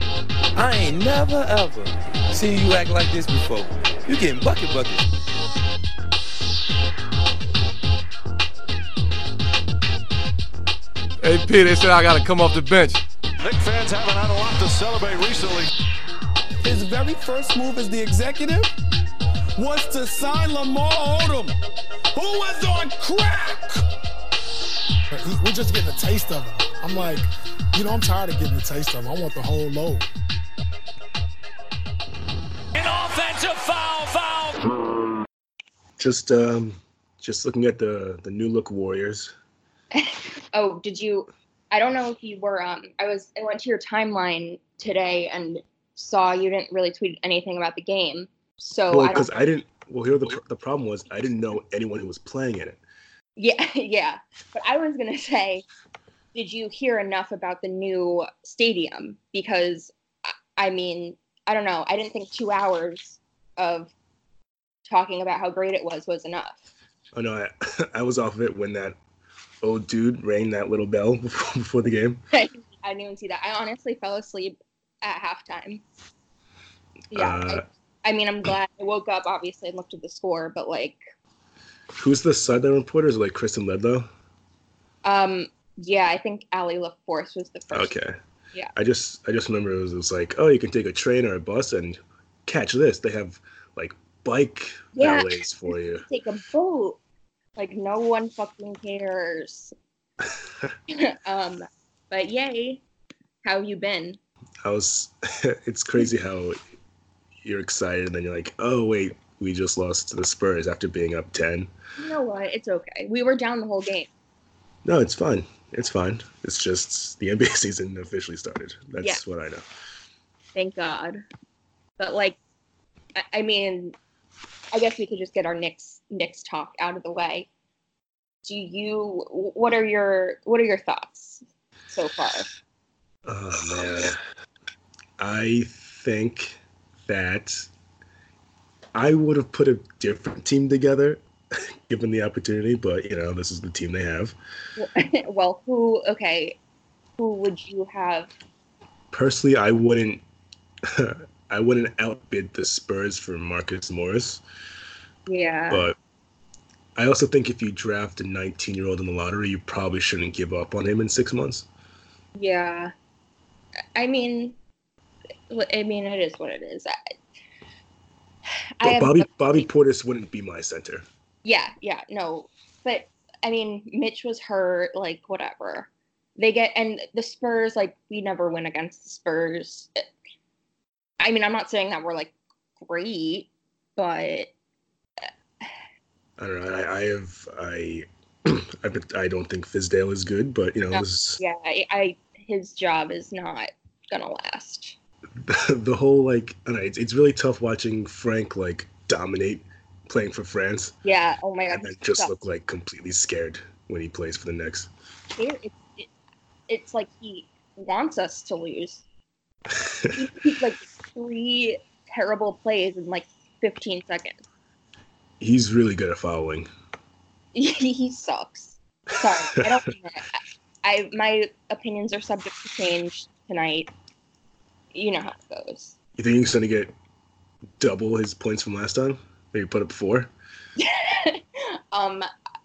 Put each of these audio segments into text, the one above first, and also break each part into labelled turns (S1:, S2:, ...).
S1: I ain't never ever seen you act like this before. You getting bucket bucket.
S2: Hey, P, they said I got to come off the bench.
S3: Nick fans haven't had a lot to celebrate recently.
S4: His very first move as the executive was to sign Lamar Odom, who was on crack.
S5: He- We're just getting a taste of him. I'm like, you know, I'm tired of getting a taste of him. I want the whole load.
S6: Just um, just looking at the the new look Warriors.
S7: Oh, did you? I don't know if you were. Um, I was. I went to your timeline today and saw you didn't really tweet anything about the game. So
S6: well,
S7: Oh, I don't,
S6: because I didn't. Well, here the the problem was I didn't know anyone who was playing in it.
S7: yeah, yeah. But I was gonna say, did you hear enough about the new stadium? Because I- I mean, I don't know. I didn't think two hours of talking about how great it was was enough.
S6: Oh no, I, I was off of it when that old dude rang that little bell before, before the game.
S7: I didn't even see that. I honestly fell asleep at halftime. Yeah.
S6: Uh,
S7: I, I mean, I'm glad I woke up, obviously, and looked at the score, but like,
S6: Who's the sideline reporter? Is it like Kristen Ledlow?
S7: um, yeah, I think Allie LaForce was the first.
S6: Okay.
S7: Yeah.
S6: I just I just remember it was, it was like, oh, you can take a train or a bus and catch this. They have like bike
S7: Yeah.
S6: valets for you.
S7: Take a boat. Like, no one fucking cares. um, but yay. How you been?
S6: I was it's crazy how you're excited and then you're like, oh wait, we just lost to the Spurs after being up ten.
S7: You know what? It's okay. We were down the whole game.
S6: No, it's fine. It's fine. It's just the NBA season officially started. That's
S7: Yeah.
S6: what I know.
S7: Thank God. But like, I, I mean, I guess we could just get our Knicks Knicks talk out of the way. Do you? What are your What are your thoughts so far?
S6: Oh man. I think that I would have put a different team together given the opportunity, but you know, this is the team they have.
S7: well, who? Okay, who would you have?
S6: Personally, I wouldn't I wouldn't outbid the Spurs for Marcus Morris,
S7: Yeah.
S6: but I also think if you draft a 19-year-old in the lottery, you probably shouldn't give up on him in 6 months.
S7: Yeah. I mean, I mean, it is what it is. I, I
S6: But
S7: have
S6: Bobby Bobby Portis wouldn't be my center.
S7: Yeah, yeah, no. But I mean, Mitch was hurt, like whatever. They get and the Spurs, like we never win against the Spurs. I mean, I'm not saying that we're like great, but
S6: I don't know. I, I have I I, bet- I don't think Fizdale is good, but you know
S7: No,
S6: this,
S7: yeah, I, I his job is not gonna last.
S6: the whole like I don't know, it's, it's really tough watching Frank like dominate playing for France
S7: Yeah. Oh my god.
S6: and then
S7: he
S6: just
S7: sucks.
S6: look like completely scared when he plays for the Knicks.
S7: It- it- it- it's like he wants us to lose. he, he's like three terrible plays in like 15 seconds.
S6: He's really good at following.
S7: he sucks. Sorry, I don't mean it. I my opinions are subject to change tonight. You know how it goes.
S6: You think he's going to get double his points from last time? That he put up four.
S7: um,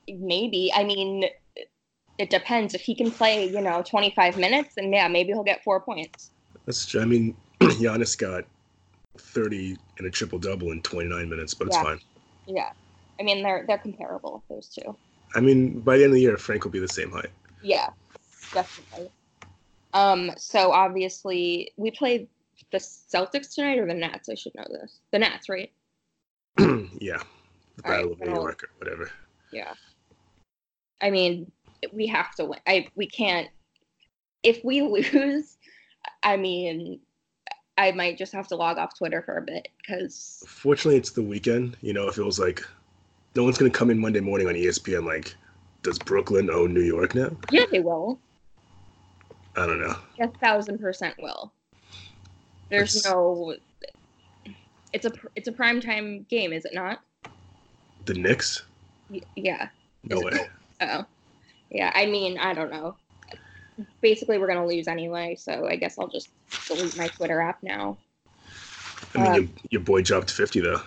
S7: maybe. I mean, it depends. If he can play, you know, 25 minutes, and yeah, maybe he'll get four points.
S6: That's true. I mean, Giannis got thirty and a triple double in twenty nine minutes, but it's
S7: Yeah.
S6: fine.
S7: Yeah. I mean, they're they're comparable. Those two.
S6: I mean, by the end of the year, Frank will be the same height.
S7: Yeah, definitely. Um. So obviously, we played the Celtics tonight, or the Nets. I should know this. The Nets, right?
S6: yeah. The
S7: All right,
S6: Battle of New
S7: well-
S6: York or whatever.
S7: Yeah. I mean, we have to win. I we can't. If we lose, I mean, I might just have to log off Twitter for a bit because
S6: Fortunately, it's the weekend. You know, if it was like, no one's going to come in Monday morning on E ESPN like, does Brooklyn own New York now?
S7: yeah, they will.
S6: I don't know.
S7: A thousand percent will. There's
S6: It's-
S7: no. It's a pr- it's a prime time game, is it not?
S6: The Knicks?
S7: Y- yeah.
S6: No
S7: Is it-
S6: way.
S7: Oh, yeah. I mean, I don't know. basically we're gonna lose anyway, so I guess I'll just delete my Twitter app now.
S6: I mean,
S7: Uh,
S6: your, your boy dropped 50, though.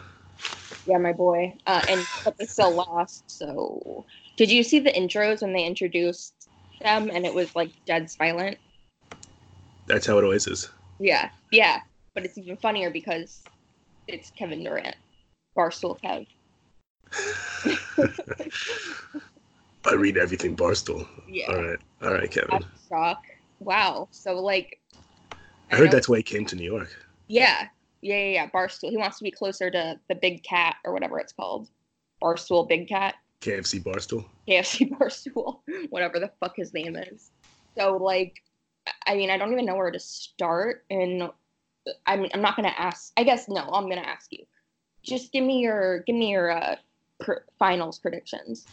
S7: Yeah, my boy. Uh, and but they still lost. So, did you see the intros when they introduced them and it was like dead silent?
S6: That's how it always is.
S7: Yeah, yeah. But it's even funnier because it's Kevin Durant, Barstool Kev.
S6: I read everything Barstool.
S7: Yeah,
S6: All right. All right, Kevin.
S7: I'm shocked. Wow. So like,
S6: I heard
S7: know-
S6: that's why he came to New York.
S7: Yeah, yeah, yeah, yeah. Barstool. He wants to be closer to the Big Cat or whatever it's called. Barstool Big Cat.
S6: KFC Barstool.
S7: KFC Barstool, whatever the fuck his name is. So like, I mean, I don't even know where to start, and I mean, I'm not gonna ask. I guess no, I'm gonna ask you. Just give me your give me your uh, per- finals predictions.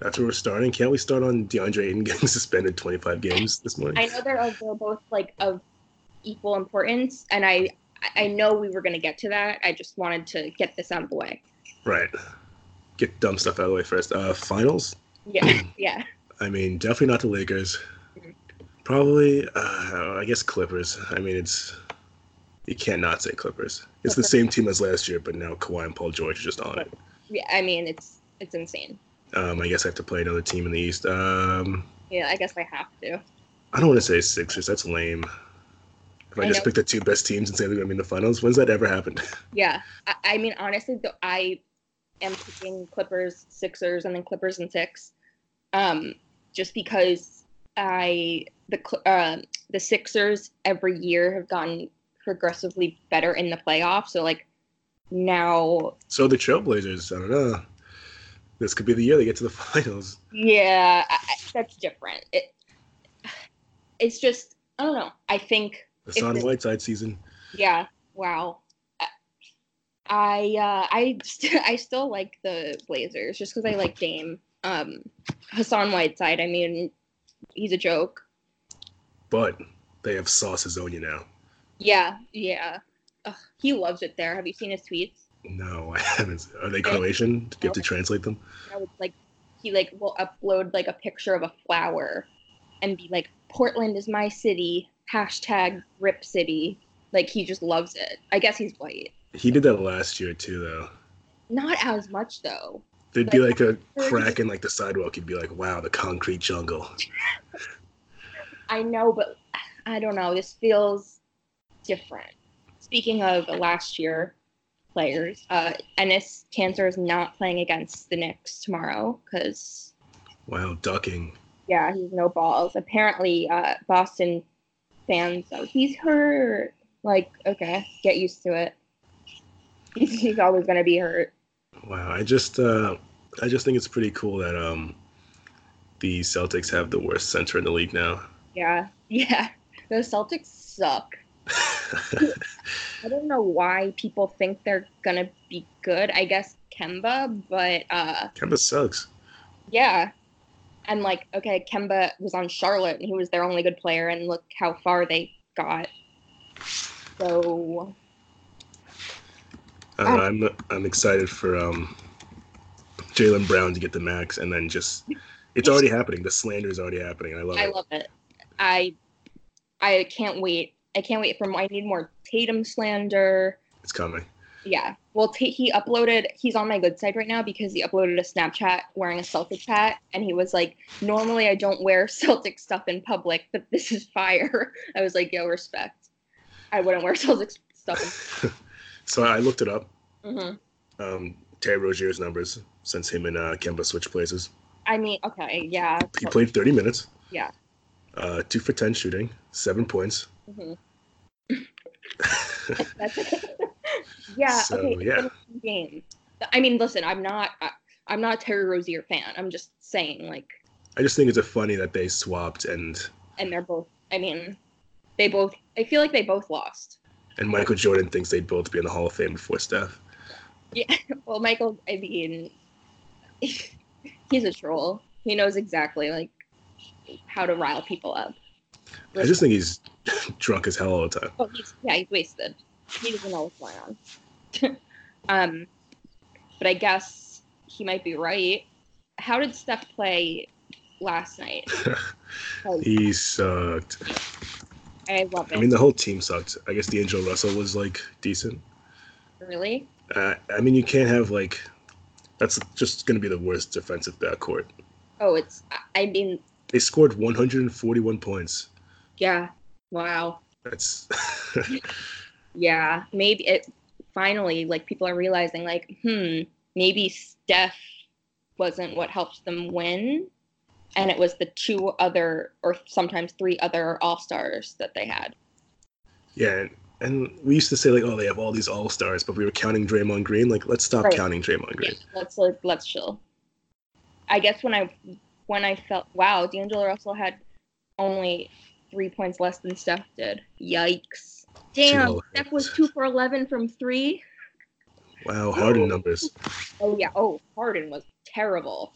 S6: That's where we're starting. Can't we start on DeAndre Ayton getting suspended 25 games this morning?
S7: I know they're of- they're both like of equal importance, and I I know we were gonna get to that. I just wanted to get this out of the way.
S6: Right. Get dumb stuff out of the way first. Uh, finals.
S7: Yeah, yeah.
S6: I mean, definitely not the Lakers. Probably, uh, I guess Clippers. I mean, it's you can't not say Clippers. It's the
S7: Clippers.
S6: same team as last year, but now Kawhi and Paul George are just on it.
S7: Yeah, I mean it's it's insane.
S6: Um, I guess I have to play another team in the East. Um,
S7: Yeah, I guess I have to.
S6: I don't want to say Sixers. That's lame. If I,
S7: I
S6: just
S7: know.
S6: pick the two best teams and say they're going to be in the finals, when's that ever happened?
S7: Yeah, I, I mean honestly, though, I am picking Clippers, Sixers, and then Clippers and six, um, just because I the Cl- uh, the Sixers every year have gotten progressively better in the playoffs. So like now,
S6: so the Trailblazers, I don't know. This could be the year they get to the finals.
S7: yeah, I, I- that's different. It it's just I don't know. I think
S6: It's
S7: If
S6: on
S7: it-
S6: Whiteside season.
S7: Yeah. Wow. I uh, I st- I still like the Blazers just because I like Dame. Um, Hassan Whiteside. I mean, he's a joke.
S6: But they have Sauce Azonia now.
S7: Yeah. Yeah. Ugh, he loves it there. Have you seen his tweets?
S6: No, I haven't. Are they Croatian? Do you have to translate them?
S7: I would like he like will upload like a picture of a flower, and be like, "Portland is my city." Hashtag Rip City. Like he just loves it. I guess he's white.
S6: He did that last year too, though.
S7: Not as much though.
S6: There'd be like a crack in like the sidewalk. You'd be like, "Wow, the concrete jungle."
S7: I know, but I don't know. This feels different. Speaking of last year players, uh, Ennis Cancer is not playing against the Knicks tomorrow because,
S6: Wow, ducking.
S7: yeah, he's no balls. Apparently, uh, Boston fans, oh, he's hurt. Like, okay, get used to it. He's, he's always going to be hurt.
S6: Wow, I just, uh, I just think it's pretty cool that um, the Celtics have the worst center in the league now.
S7: Yeah, yeah. The Celtics suck. I don't know why people think they're gonna be good. I guess Kemba, but uh,
S6: Kemba sucks.
S7: yeah. And like, okay, Kemba was on Charlotte and he was their only good player, and look how far they got. So
S6: I
S7: Oh.
S6: don't know, I'm, I'm excited for um, Jalen Brown to get the max, and then just, it's already happening. The slander is already happening. I love
S7: I
S6: it.
S7: love it. I I can't wait. I can't wait for. I need more Tatum slander.
S6: It's coming.
S7: Yeah. Well, t- he uploaded, he's on my good side right now because he uploaded a Snapchat wearing a Celtics hat. And he was like, normally I don't wear Celtic stuff in public, but this is fire. I was like, yo, respect. I wouldn't wear Celtics stuff.
S6: So I looked it up.
S7: In- Mhm.
S6: Um, Terry Rozier's numbers since him and uh, Kemba switched places.
S7: I mean, okay, yeah.
S6: He played 30 minutes.
S7: Oh. Yeah.
S6: Uh, two for 10 shooting, seven points.
S7: Mhm. That's yeah,
S6: So,
S7: okay. it's
S6: yeah.
S7: been a Game. I mean, listen, I'm not, I, I'm not a Terry Rozier fan. I'm just saying, like,
S6: I just think it's a funny that they swapped and
S7: and they're both, I mean, they both, I feel like they both lost.
S6: and Michael Jordan thinks they'd both be in the Hall of Fame before Steph.
S7: Well, Michael, I mean, he's a troll. He knows exactly like how to rile people up.
S6: I just think he's drunk as hell all the time.
S7: Oh, he's, yeah, he's wasted. He doesn't know what's going on. um, but I guess he might be right. How did Steph play last night. Oh,
S6: He sucked.
S7: I love it.
S6: I mean, the whole team sucked. I guess D'Angelo Russell was like decent.
S7: really?
S6: Uh, I mean, you can't have like that's just going to be the worst defensive backcourt.
S7: Oh, it's. I- I mean,
S6: They scored 141 points.
S7: yeah. Wow.
S6: That's
S7: Yeah. Maybe it. Finally, like people are realizing, like, hmm, maybe Steph wasn't what helped them win, and it was the two other, or sometimes three other All Stars that they had.
S6: yeah. And we used to say like, oh, they have all these all stars, but we were counting Draymond Green. Like, let's stop
S7: Right.
S6: counting Draymond Green.
S7: Let's like, let's chill. I guess when I when I felt wow, D'Angelo Russell had only three points less than Steph did. Yikes! Damn,
S6: Two
S7: Steph was two for eleven from three.
S6: Wow, Harden numbers.
S7: Oh yeah. Oh, Harden was terrible,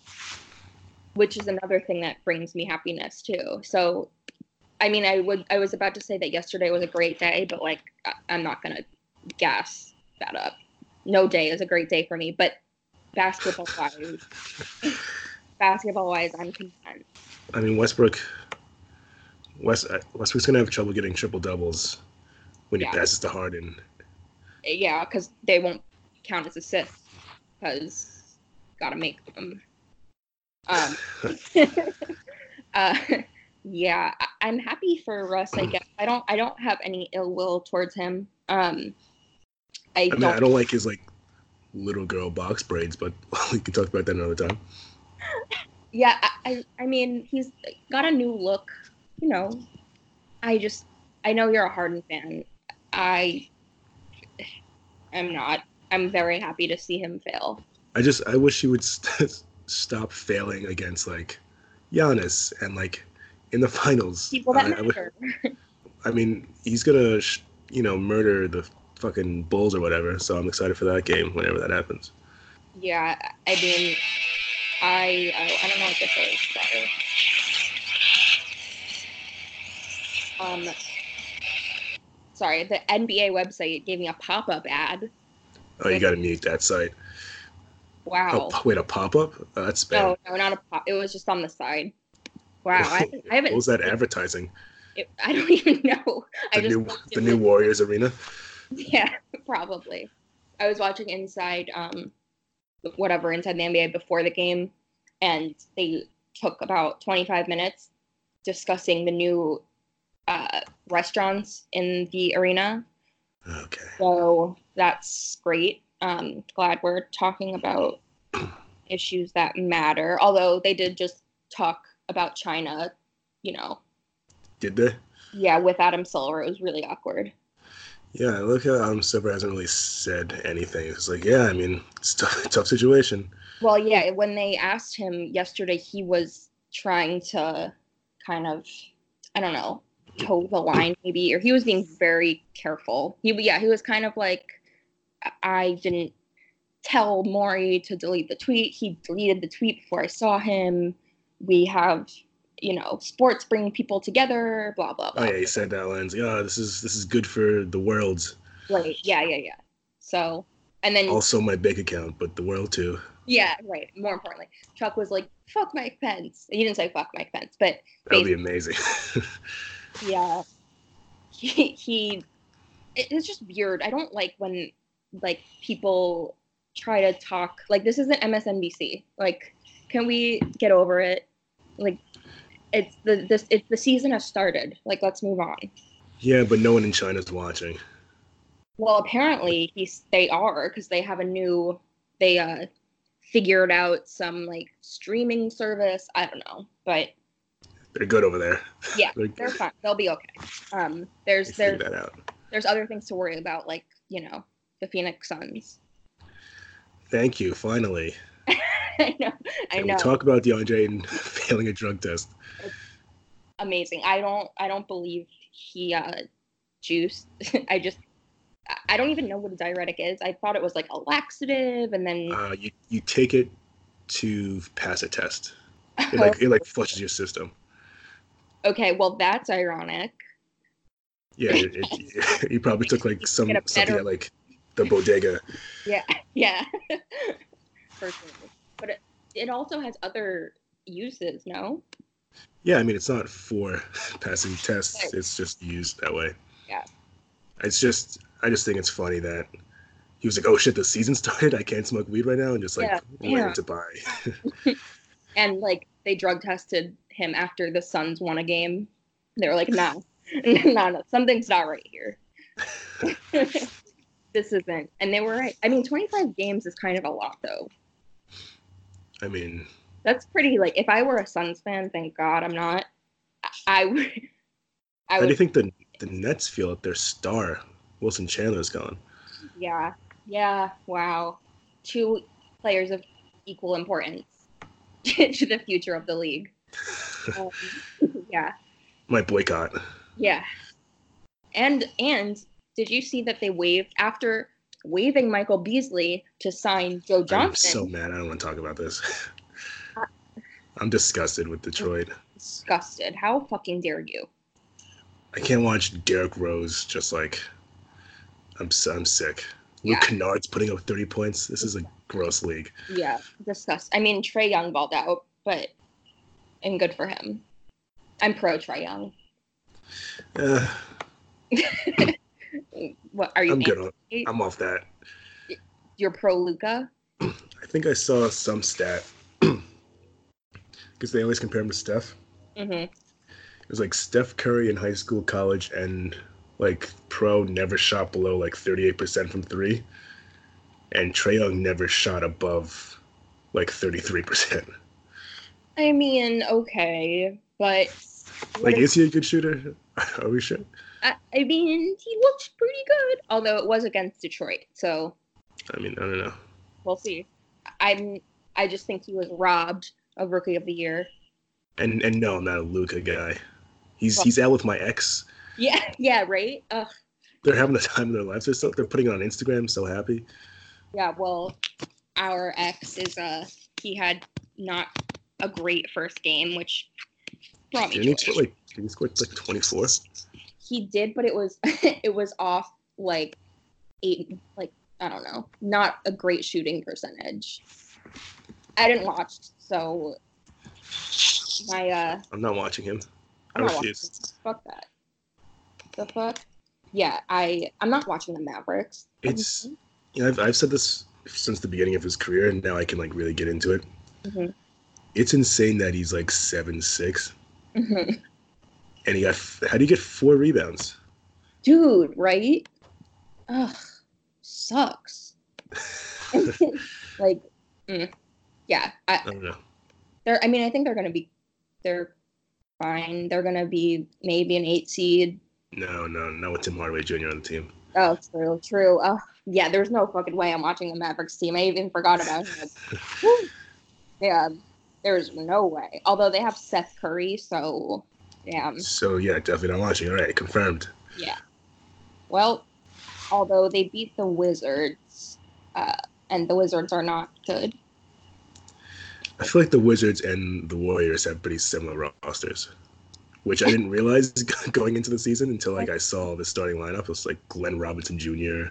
S7: which is another thing that brings me happiness too. So, I mean, I would I was about to say that yesterday was a great day, but like I, I'm not gonna gas that up. No day is a great day for me, but basketball wise, basketball wise, I'm content.
S6: I mean, Westbrook. West uh, Westbrook's gonna have trouble getting triple doubles when
S7: Yeah.
S6: he passes to Harden.
S7: Yeah, because they won't count as assists because gotta make them. Um, uh, yeah, I- I'm happy for Russ. I guess I don't. I don't have any ill will towards him. Um, I,
S6: I
S7: don't,
S6: mean, I don't like his like little girl box braids, but we can talk about that another time.
S7: Yeah, I, I. I mean, he's got a new look. You know, I just. I know you're a Harden fan. I. am not. I'm very happy to see him fail.
S6: I just I wish he would st- stop failing against like Giannis and like in the finals.
S7: People that
S6: I- I w-
S7: matter.
S6: I mean, he's gonna sh- you know murder the fucking Bulls or whatever. So I'm excited for that game whenever that happens.
S7: Yeah, I mean, I I, I don't know what this is. Sorry. Um, sorry, the NBA website gave me a pop-up ad.
S6: Oh, you gotta mute that site. Oh,
S7: Wow.
S6: p- wait, a pop up? Oh, that's bad.
S7: no, no, not a pop. It was just on the side. Wow, I haven't. I, haven't
S6: What was that advertising?
S7: it- I don't even know. I
S6: The
S7: just
S6: new
S7: looked
S6: the
S7: at
S6: new
S7: it.
S6: Warriors arena.
S7: Yeah, probably. I was watching Inside, um, whatever, Inside the NBA before the game, and they took about 25 minutes discussing the new uh, restaurants in the arena.
S6: Okay.
S7: So that's great. Um, glad we're talking about issues that matter. Although they did just talk about China, you know,
S6: Did they?
S7: yeah, with Adam Silver. It was really awkward.
S6: Yeah, look how Adam Silver hasn't really said anything. It's like, yeah, I mean, it's a tough, tough situation.
S7: Well, yeah, when they asked him yesterday, he was trying to kind of, I don't know, toe the line maybe, or he was being very careful. He, yeah, he was kind of like, "I- I didn't tell Maury to delete the tweet. He deleted the tweet before I saw him. We have, you know, sports bringing people together, blah, blah, blah.
S6: Oh yeah, he said that lines. Yeah, this is this is good for the world.
S7: Like, yeah, yeah, yeah. So, and then
S6: Also my bank account, but the world too.
S7: Yeah, right. More importantly, Chuck was like, "Fuck Mike Pence." He didn't say "fuck Mike Pence," but
S6: That would be amazing.
S7: yeah, he, he it- it's just weird. I don't like when like people try to talk like this isn't MSNBC. Like, can we get over it? Like, it's the this it's the season has started. Like, let's move on.
S6: yeah, but no one in China's watching.
S7: Well, apparently he's they are because they have a new they uh figured out some like streaming service. I don't know, but
S6: They're good over there.
S7: Yeah,
S6: They're-
S7: they're fine. They'll be okay. Um, there's
S6: They figured
S7: there's
S6: that out.
S7: there's other things to worry about, like you know the Phoenix Suns.
S6: Thank you. Finally,
S7: I know, I
S6: can
S7: know,
S6: we talk about DeAndre and failing a drug test?
S7: amazing. I don't I don't believe he uh juiced. I just I- I don't even know what a diuretic is. I thought it was like a laxative, and then
S6: Uh, you you take it to pass a test. It Ah, like it like flushes your system.
S7: okay, well that's ironic.
S6: Yeah, it, it, you probably took like some
S7: Get a
S6: something
S7: better-
S6: at like the bodega.
S7: Yeah, yeah, for sure. But it, it also has other uses, no?
S6: Yeah, I mean, it's not for passing tests. It's just used that way.
S7: Yeah.
S6: It's just, I just think it's funny that he was like, "Oh shit, the season started. I can't smoke weed right now," and just like
S7: Yeah,
S6: where
S7: yeah.
S6: to buy.
S7: And like they drug tested him after the Suns won a game. They were like, no, no, no, something's not right here. this isn't. And they were right. I mean, 25 games is kind of a lot though.
S6: I mean,
S7: That's pretty like if I were a Suns fan, thank God I'm not. I- I would I
S6: how do you
S7: would
S6: think the the Nets feel if their star Wilson Chandler's gone?
S7: yeah. Yeah, wow. Two players of equal importance to the future of the league. Um, yeah.
S6: My boycott.
S7: Yeah. And and did you see that they waived after waiving Michael Beasley to sign Joe
S6: I'm so
S7: Johnson? Uh,
S6: mad. I don't want to talk about this. I'm disgusted with Detroit.
S7: disgusted. How fucking dare you?
S6: I can't watch Derrick Rose just like. I'm so, I'm sick.
S7: Yeah.
S6: Luke Kennard's putting up 30 points. This is a gross league.
S7: Yeah, disgust. I mean, Trey Young balled out, but and good for him. I'm pro Trey Young.
S6: Uh,
S7: What are you?
S6: I'm good. On,
S7: anti-
S6: I'm off that.
S7: You're pro Luca.
S6: I think I saw some stat because they always compare him to Steph.
S7: hmm
S6: It was like Steph Curry in high school, college, and like pro never shot below like 38% from three. And Trey Young never shot above like 33%.
S7: I mean, okay, but
S6: Like, is he a good shooter? Are we sure?
S7: I, I mean, he looks pretty good. Although it was against Detroit, so
S6: I mean, I don't know.
S7: we'll see. I'm. I just think he was robbed of Rookie of the Year.
S6: And and no, I'm not a Luca guy. He's he's out with my ex.
S7: Yeah, yeah, right. Ugh,
S6: They're having the time of their lives. They're so, they're putting it on Instagram. so happy.
S7: yeah. Well, our ex is uh he had not a great first game, which brought me
S6: Didn't he
S7: joy.
S6: score like didn't he score like 24?
S7: he did, but it was it was off like eight, like I don't know, not a great shooting percentage. I didn't watch, so my uh,
S6: I'm not watching him. I
S7: I'm not watching.
S6: refuse.
S7: Fuck that. The fuck? Yeah, I I'm not watching the Mavericks.
S6: It's you know, I've, I've said this since the beginning of his career, and now I can like really get into it.
S7: Mhm.
S6: It's insane that he's like seven six,
S7: Mhm.
S6: and he got f- how do you get four rebounds?
S7: dude, right? Ugh, sucks. like, mm, yeah, I,
S6: I don't know.
S7: they're i mean i think they're gonna be they're fine they're gonna be maybe an eight seed
S6: No, no, not with Tim Hardaway Jr. on the team.
S7: oh true true oh yeah there's no fucking way i'm watching the mavericks team i even forgot about him Woo. yeah there's no way although they have seth curry so yeah
S6: So yeah, definitely not watching. All right, confirmed.
S7: well although they beat the wizards uh, and the wizards are not good
S6: I feel like the Wizards and the Warriors have pretty similar rosters, which I didn't realize going into the season until like I saw the starting lineup. It was like Glenn Robinson Jr.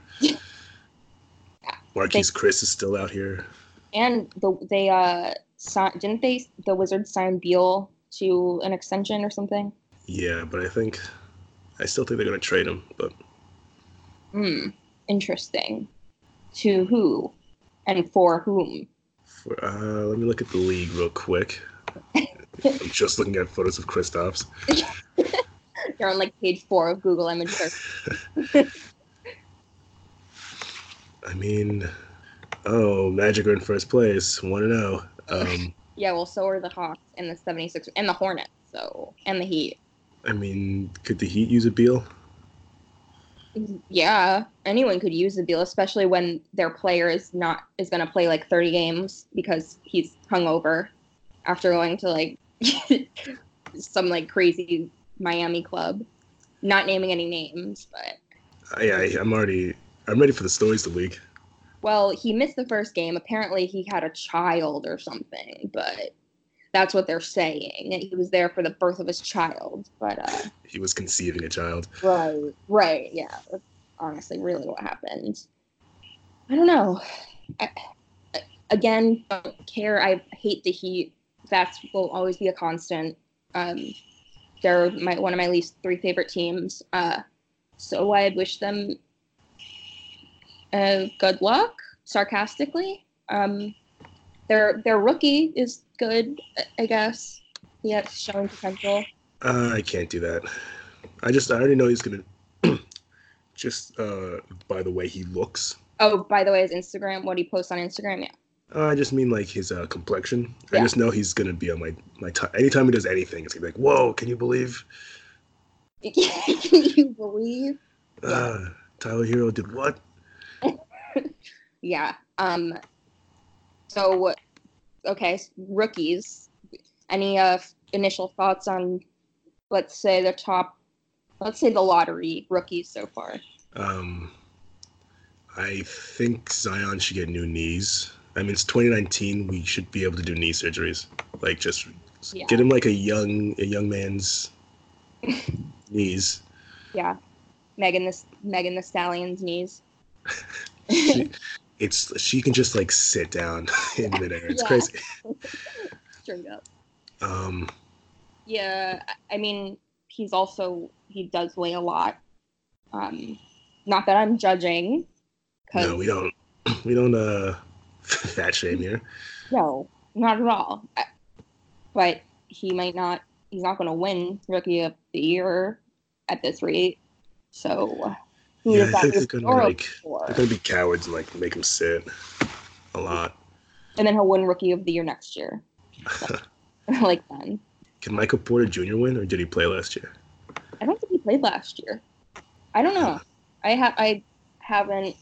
S6: Marquise Chris is still out here.
S7: and the, they uh si- didn't they the wizards sign beal to an extension or something
S6: Yeah, but I think I still think they're gonna trade him. But
S7: Hmm. Interesting. To who and for whom?
S6: for, uh, let me look at the league real quick. I'm just looking at photos of Kristaps.
S7: You're on like page four of Google Image Search.
S6: I mean, oh, Magic are in first place, one and zero. Um,
S7: Yeah, well, so are the Hawks and the 76 and the Hornets. So and the Heat.
S6: I mean, could the Heat use a Beal?
S7: Yeah, anyone could use the deal, especially when their player is not is going to play like 30 games because he's hungover after going to like some like crazy Miami club. Not naming any names, but
S6: I, I I'm already I'm ready for the stories to leak.
S7: Well, he missed the first game. Apparently, he had a child or something, but that's what they're saying. He was there for the birth of his child, but uh,
S6: He was conceiving a child.
S7: right, right, yeah. That's honestly, really, what happened? I don't know. I, I- again, don't care. I hate the Heat. That's will always be a constant. Um, they're my one of my least three favorite teams. Uh, so I wish them uh, good luck. Sarcastically, um, their their rookie is good, I guess. He has shown potential.
S6: Uh, I can't do that. I just I already know he's gonna just uh by the way he looks.
S7: Oh, by the way, his Instagram, what he posts on Instagram, yeah.
S6: Uh, I just mean like his uh, complexion.
S7: Yeah.
S6: I just know he's gonna be on my my top. Anytime he does anything, it's gonna be like, whoa! Can you believe
S7: Can you believe?
S6: uh, Tyler Hero did what?
S7: Yeah. Um. So, okay, s- rookies. Any uh, f- initial thoughts on, let's say the top, let's say the lottery rookies so far.
S6: Um, I think Zion should get new knees. I mean, it's 2019. We should be able to do knee surgeries. Like, just
S7: Yeah.
S6: get him like a young a young man's knees.
S7: Yeah. Megan the S- Megan the Stallion's knees.
S6: She, it's she can just like sit down in midair. It's
S7: Yeah.
S6: crazy.
S7: Straight up.
S6: Um,
S7: Yeah. I- I mean, he's also he does weigh a lot. Um, not that I'm judging. 'cause-
S6: no, we don't we don't uh fat shame here.
S7: No, not at all. I, but he might not. He's not going to win Rookie of the Year at this rate. So who
S6: Yeah,
S7: is
S6: I
S7: that
S6: think they're
S7: with
S6: gonna
S7: Dora
S6: like
S7: for?
S6: they're gonna be cowards and like make him sit a lot.
S7: And then he'll win Rookie of the Year next year. like then,
S6: Can Michael Porter Jr. win, or did he play last year?
S7: I don't think he played last year. I don't know. I have. I haven't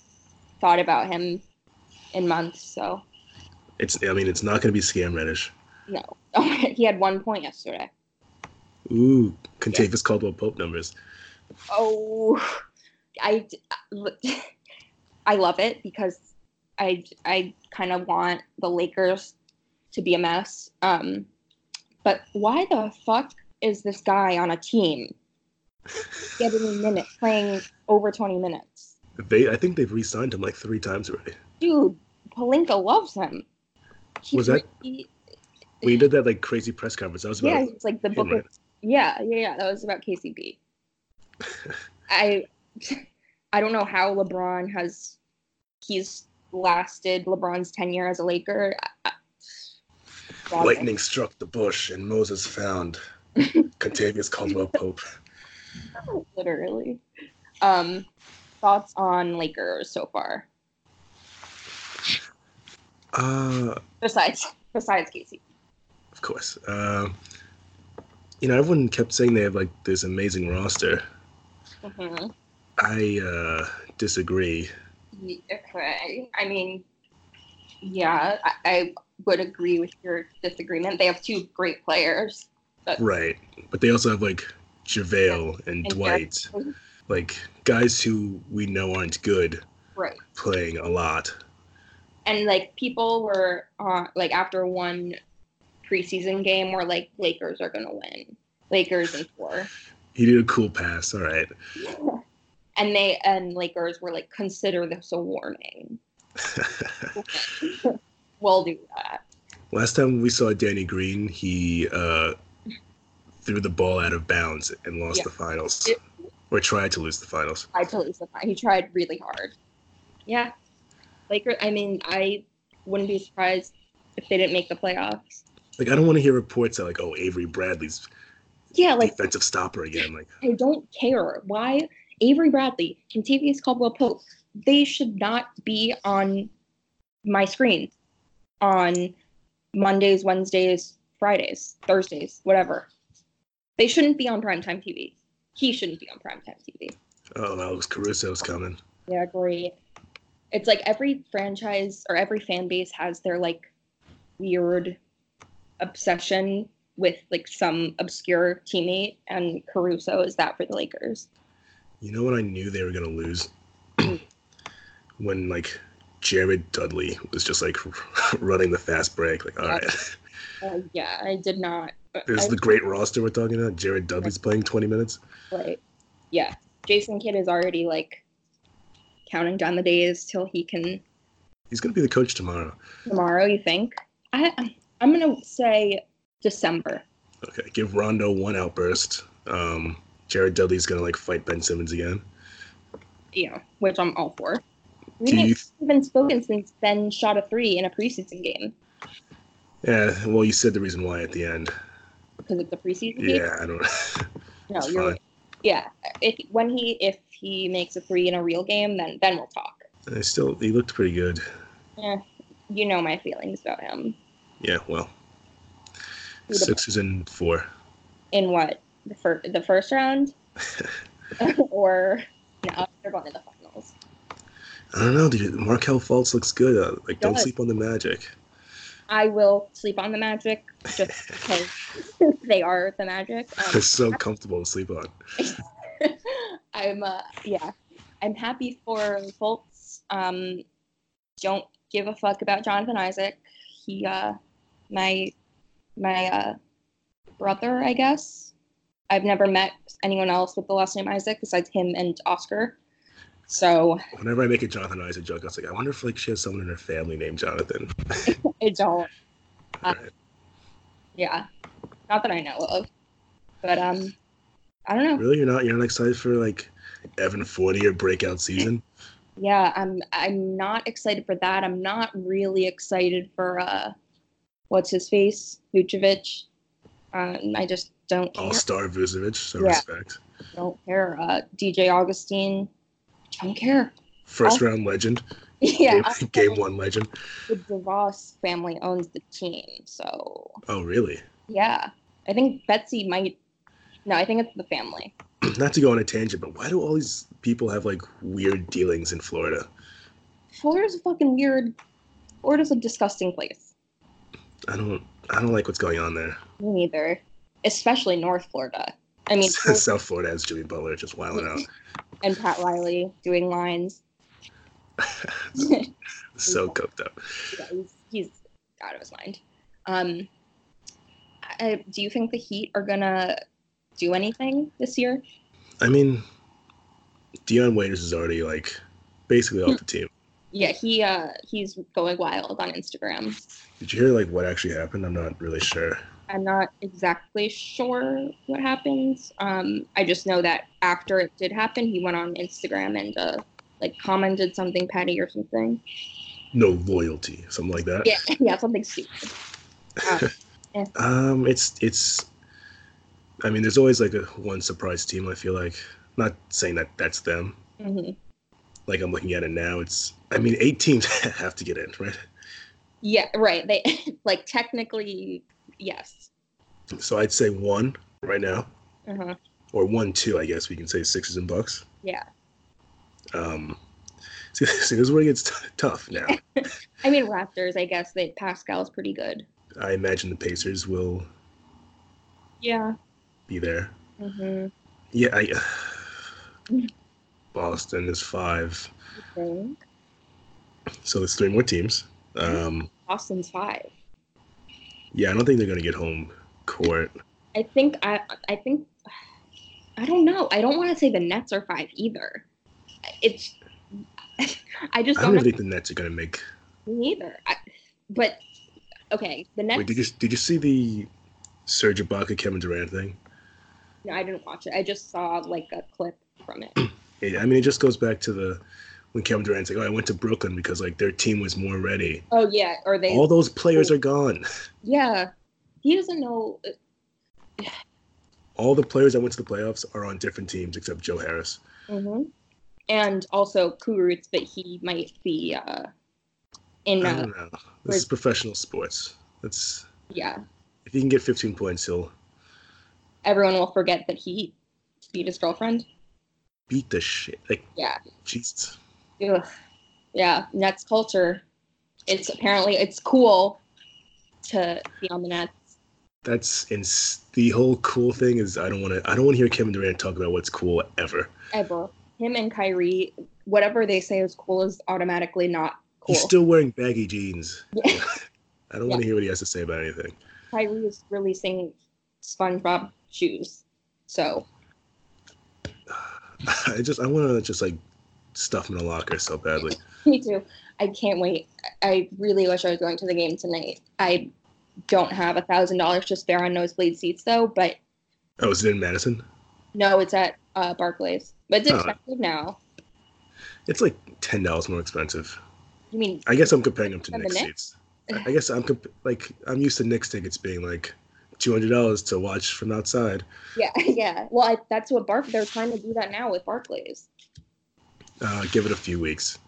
S7: thought about him in months. So
S6: It's I mean it's not gonna be Scam Reddish.
S7: no. Oh, he had one point yesterday.
S6: Ooh, Contavious Caldwell Pope numbers.
S7: Oh, I, I love it because I I kind of want the Lakers to be a mess. Um, but why the fuck is this guy on a team getting a minute playing over twenty minutes?
S6: They I think they've re-signed him like three times already.
S7: Dude, Palinka loves him. He-
S6: Was that-
S7: he-
S6: We did that like crazy press conference. That was about
S7: yeah, it's like the
S6: him,
S7: book
S6: right?
S7: of yeah, yeah, yeah. That was about KCP. I I don't know how LeBron has he's lasted LeBron's tenure as a Laker. I- I- God,
S6: lightning struck the bush and Moses found Contavious Caldwell Pope.
S7: literally. Um, thoughts on Lakers so far?
S6: Uh
S7: Besides besides KCP,
S6: of course. Uh, you know, everyone kept saying they have like this amazing roster.
S7: Mhm.
S6: I uh, disagree.
S7: Ye- okay. I mean, yeah, I, I would agree with your disagreement. They have two great players.
S6: Right, but they also have like JaVale and
S7: And
S6: Dwight,
S7: Jackson.
S6: like guys who we know aren't good
S7: Right.
S6: playing a lot.
S7: and like people were uh, like after one preseason game were like Lakers are gonna win, Lakers and four,
S6: He did a cool pass. All right,
S7: and they and Lakers were like consider this a warning. we'll do that.
S6: last time we saw Danny Green, he uh, threw the ball out of bounds and lost
S7: Yeah.
S6: the finals,
S7: It-
S6: or tried to lose the finals.
S7: I totally said that. He tried really hard. Yeah, Lakers. I mean, I wouldn't be surprised if they didn't make the playoffs.
S6: Like I don't want to hear reports that like, oh, Avery Bradley's
S7: Yeah, like
S6: defensive stopper again. Like.
S7: I don't care why Avery Bradley, Contavious Caldwell Pope, they should not be on my screen on Mondays, Wednesdays, Fridays, Thursdays, whatever. They shouldn't be on primetime TV. He shouldn't be on primetime TV.
S6: Oh, Alex Caruso's coming.
S7: Yeah, great. It's like every franchise or every fan base has their like weird obsession with like some obscure teammate, and Caruso is that for the Lakers.
S6: You know when I knew they were gonna lose? when like Jared Dudley was just like running the fast break. Like, all right,
S7: Uh, yeah, I did not.
S6: this
S7: I-
S6: is the great roster we're talking about. Jared Dudley's playing 20 minutes.
S7: right. Yeah, Jason Kidd is already like counting down the days till he can
S6: He's gonna be the coach tomorrow.
S7: tomorrow. You think? I I'm gonna say December.
S6: Okay, give Rondo one outburst. Um, Jared Dudley's gonna like fight Ben Simmons again.
S7: You know, which I'm all for. We
S6: Do you
S7: haven't even spoken since Ben shot a three in a preseason game
S6: Yeah, well, you said the reason why at the end.
S7: because it's a preseason game.
S6: Yeah, I don't.
S7: No,
S6: it's
S7: you're
S6: fine.
S7: yeah. If when he if he makes a three in a real game, then then we'll talk.
S6: I still, he looked pretty good.
S7: You know my feelings about him.
S6: Yeah, well,
S7: Who'd have-
S6: six is in four.
S7: In what the first the first round, or no, they're going to the finals.
S6: I don't know, dude. Markel Fultz looks good. Uh, like, don't
S7: does.
S6: sleep on the Magic.
S7: I will sleep on the Magic just because they are the Magic. Um,
S6: It's so comfortable to sleep on.
S7: I'm uh, yeah, I'm happy for Fultz. Um, don't give a fuck about Jonathan Isaac. He uh, my my uh, brother, I guess. I've never met anyone else with the last name Isaac besides him and Oscar. So
S6: Whenever I make a Jonathan Isaac joke, I was like, I wonder if like she has someone in her family named Jonathan.
S7: it's all
S6: All right.
S7: Um, yeah, not that I know of, but um, I don't know.
S6: Really, you're not you're not excited for like Evan Forty or breakout season?
S7: Yeah, I'm I'm not excited for that. I'm not really excited for uh what's his face? Vucevic. Um, I just don't care.
S6: All star Vucevic, so
S7: Yeah.
S6: respect.
S7: Don't care. Uh, DJ Augustine. Don't care.
S6: 1st
S7: Oh.
S6: round legend,
S7: Yeah,
S6: game, game one legend.
S7: the DeVos family owns the team, so
S6: Oh, really?
S7: yeah. I think Betsy might. No, I think it's the family.
S6: Not to go on a tangent, but why do all these people have like weird dealings in Florida?
S7: Florida's a fucking weird. Florida's a disgusting place.
S6: I don't I don't like what's going on there.
S7: Me neither. Especially North Florida. I mean,
S6: South Florida has Jimmy Butler just wilding out.
S7: and Pat Riley doing lines.
S6: So coked up.
S7: yeah, he's, he's out of his mind. Um, I, do you think the Heat are gonna do anything this year?
S6: I mean, Dion Waiters is already like basically
S7: Hmm.
S6: off the team.
S7: Yeah, he uh, he's going wild on Instagram.
S6: Did you hear like what actually happened? I'm not really sure.
S7: I'm not exactly sure what happens. Um, I just know that after it did happen, he went on Instagram and uh, like commented something petty or something.
S6: No loyalty, something like that.
S7: Yeah, yeah, something stupid. Um,
S6: Um, it's it's. I mean, there's always like a one surprise team. I feel like not saying that that's them.
S7: mhm.
S6: Like I'm looking at it now. It's I mean, eight teams have to get in, right?
S7: Yeah, right. They like technically yes.
S6: So I'd say one right now,
S7: Uh-huh.
S6: or one two. I guess we can say Sixers and Bucks.
S7: Yeah.
S6: Um, see, see, this is where it gets t- tough now.
S7: I mean, Raptors. I guess that Pascal's pretty good.
S6: I imagine the Pacers will
S7: Yeah.
S6: be there.
S7: hmm
S6: Yeah, I. Boston is five, so there's three more teams. Um,
S7: Austin's five.
S6: yeah, I don't think they're gonna get home court.
S7: I think I. I think. I don't know. I don't want to say the Nets are five either. It's. I just
S6: I
S7: don't
S6: don't
S7: know
S6: think the Nets are gonna make.
S7: me either. I, but okay, the Nets.
S6: Wait, did you did you see the Serge Ibaka Kevin Durant thing?
S7: no, I didn't watch it. I just saw like a clip from it.
S6: It, I mean, it just goes back to the when Kevin Durant's like, "Oh, I went to Brooklyn because like their team was more ready."
S7: oh yeah, or they.
S6: All those players are gone.
S7: yeah, he doesn't know.
S6: All the players that went to the playoffs are on different teams except Joe Harris.
S7: hmm And also Kurutz, but he might be uh, in.
S6: I
S7: Uh,
S6: don't know. This is professional sports. That's
S7: yeah,
S6: if you can get 15 points, he'll
S7: everyone will forget that he beat his girlfriend.
S6: beat the shit. Like,
S7: Yeah.
S6: Jesus.
S7: Ugh. Yeah, Nets culture. It's apparently it's cool to be on the Nets.
S6: That's ins- the whole cool thing is I don't want to I don't want to hear Kevin Durant talk about what's cool ever.
S7: Ever him and Kyrie, whatever they say is cool is automatically not cool.
S6: He's still wearing baggy jeans.
S7: Yeah.
S6: I don't want to hear what he has to say about anything.
S7: Kyrie is releasing SpongeBob shoes, so
S6: I just I want to just like stuff him in a locker so badly.
S7: me too. I can't wait. I really wish I was going to the game tonight. I don't have a thousand dollars to spare on nosebleed seats though. But
S6: Oh, is it in Madison?
S7: no, it's at uh, Barclays, but it's
S6: Oh.
S7: expensive now.
S6: It's like ten dollars more expensive.
S7: You mean
S6: I guess I'm comparing them to
S7: And the
S6: Knicks
S7: Knicks?
S6: seats. I I guess I'm comp- like I'm used to Knicks tickets being like two hundred dollars to watch from outside.
S7: yeah, yeah. Well, I, that's what Bark. They're trying to do that now with Barclays.
S6: Uh, give it a few weeks.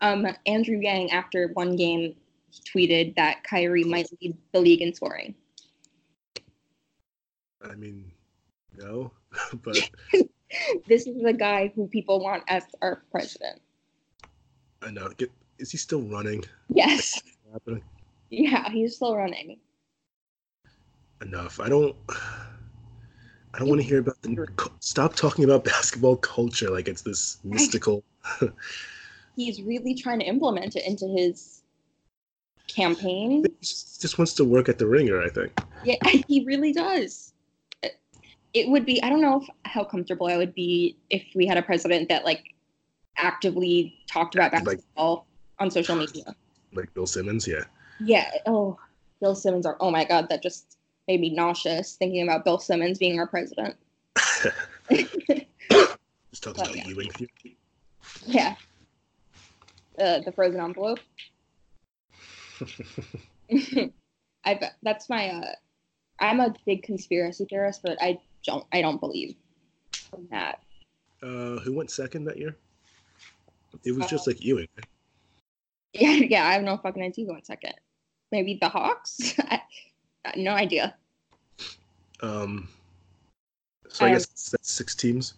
S7: Um, Andrew Yang, after one game, tweeted that Kyrie might lead the league in scoring.
S6: I mean, no, but
S7: This is the guy who people want as our president.
S6: I know. Get, is he still running?
S7: Yes.
S6: Happening
S7: Yeah, he's still running.
S6: enough. I don't. I don't want to hear about the. Stop talking about basketball culture like it's this mystical.
S7: He's really trying to implement it into his campaign.
S6: He just wants to work at the ringer. I think.
S7: Yeah, he really does. It would be I don't know if, how comfortable I would be if we had a president that like actively talked about
S6: Like-
S7: basketball on social media.
S6: Like Bill Simmons. Yeah.
S7: Yeah. Oh, Bill Simmons. Are, oh my God, that just made me nauseous thinking about Bill Simmons being our president.
S6: Just talking
S7: Oh,
S6: about
S7: yeah.
S6: Ewing. theory.
S7: Yeah. Uh, the frozen envelope. I've that's my. Uh, I'm a big conspiracy theorist, but I don't. I don't believe in that.
S6: Uh, who went second that year? It
S7: Uh,
S6: was just like Ewing.
S7: Yeah, yeah. I have no fucking idea. One second. Maybe the Hawks. I, I- no idea.
S6: Um, so I
S7: Um,
S6: guess that's six teams.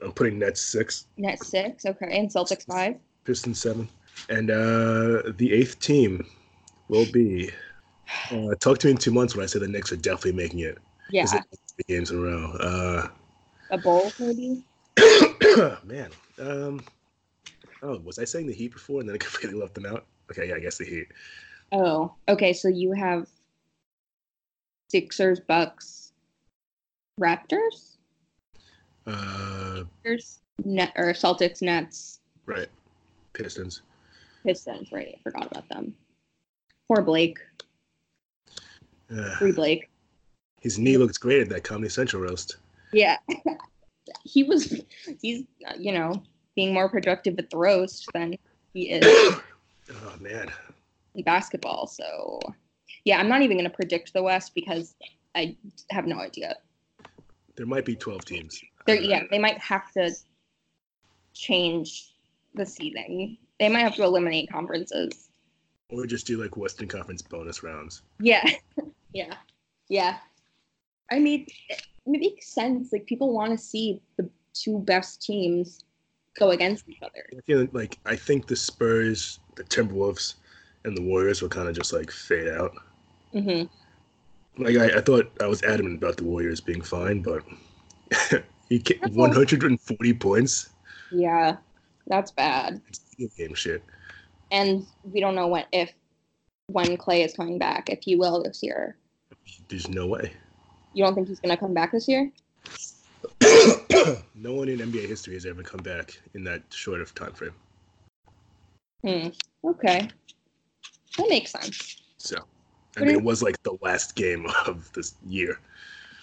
S6: I'm putting Nets six,
S7: Net six. Okay, and Celtics five.
S6: Pistons seven, and uh, the eighth team will be. Uh, talk to me in two months when I say the Knicks are definitely making it.
S7: Yeah,
S6: Is Three games in a row.
S7: a bowl maybe.
S6: Uh, man. Um, oh, was I saying the Heat before and then I completely left them out? Okay, yeah, I guess the Heat.
S7: Oh, okay. So you have Sixers, Bucks, Raptors.
S6: Uh,
S7: Raptors, Net or Celtics, Nets,
S6: right. Pistons.
S7: Pistons. Right, I forgot about them. Poor Blake,
S6: Uh,
S7: free Blake.
S6: his knee looks great at that Comedy Central roast.
S7: Yeah, he was. He's uh, you know being more productive at the roast than he is
S6: Oh, man.
S7: in basketball. So yeah, I'm not even going to predict the West because I have no idea.
S6: There might be 12 teams.
S7: They're, yeah, they might have to change the seeding. They might have to eliminate conferences.
S6: Or just do like Western Conference bonus rounds.
S7: Yeah. yeah. Yeah. I mean, it makes sense. Like, people want to see the two best teams go against each other.
S6: I feel like I think the Spurs, the Timberwolves, and the Warriors will kind of just like fade out.
S7: hmm
S6: Like I, I thought I was adamant about the Warriors being fine, but you get
S7: That's
S6: 140 points
S7: Yeah, that's bad.
S6: video game shit.
S7: And we don't know when if when Clay is coming back, if he will this year.
S6: There's no way.
S7: You don't think he's gonna come back this year?
S6: no one in NBA history has ever come back in that short of time frame.
S7: Hmm. Okay. That makes sense.
S6: So, I mean, it was like the last game of this year.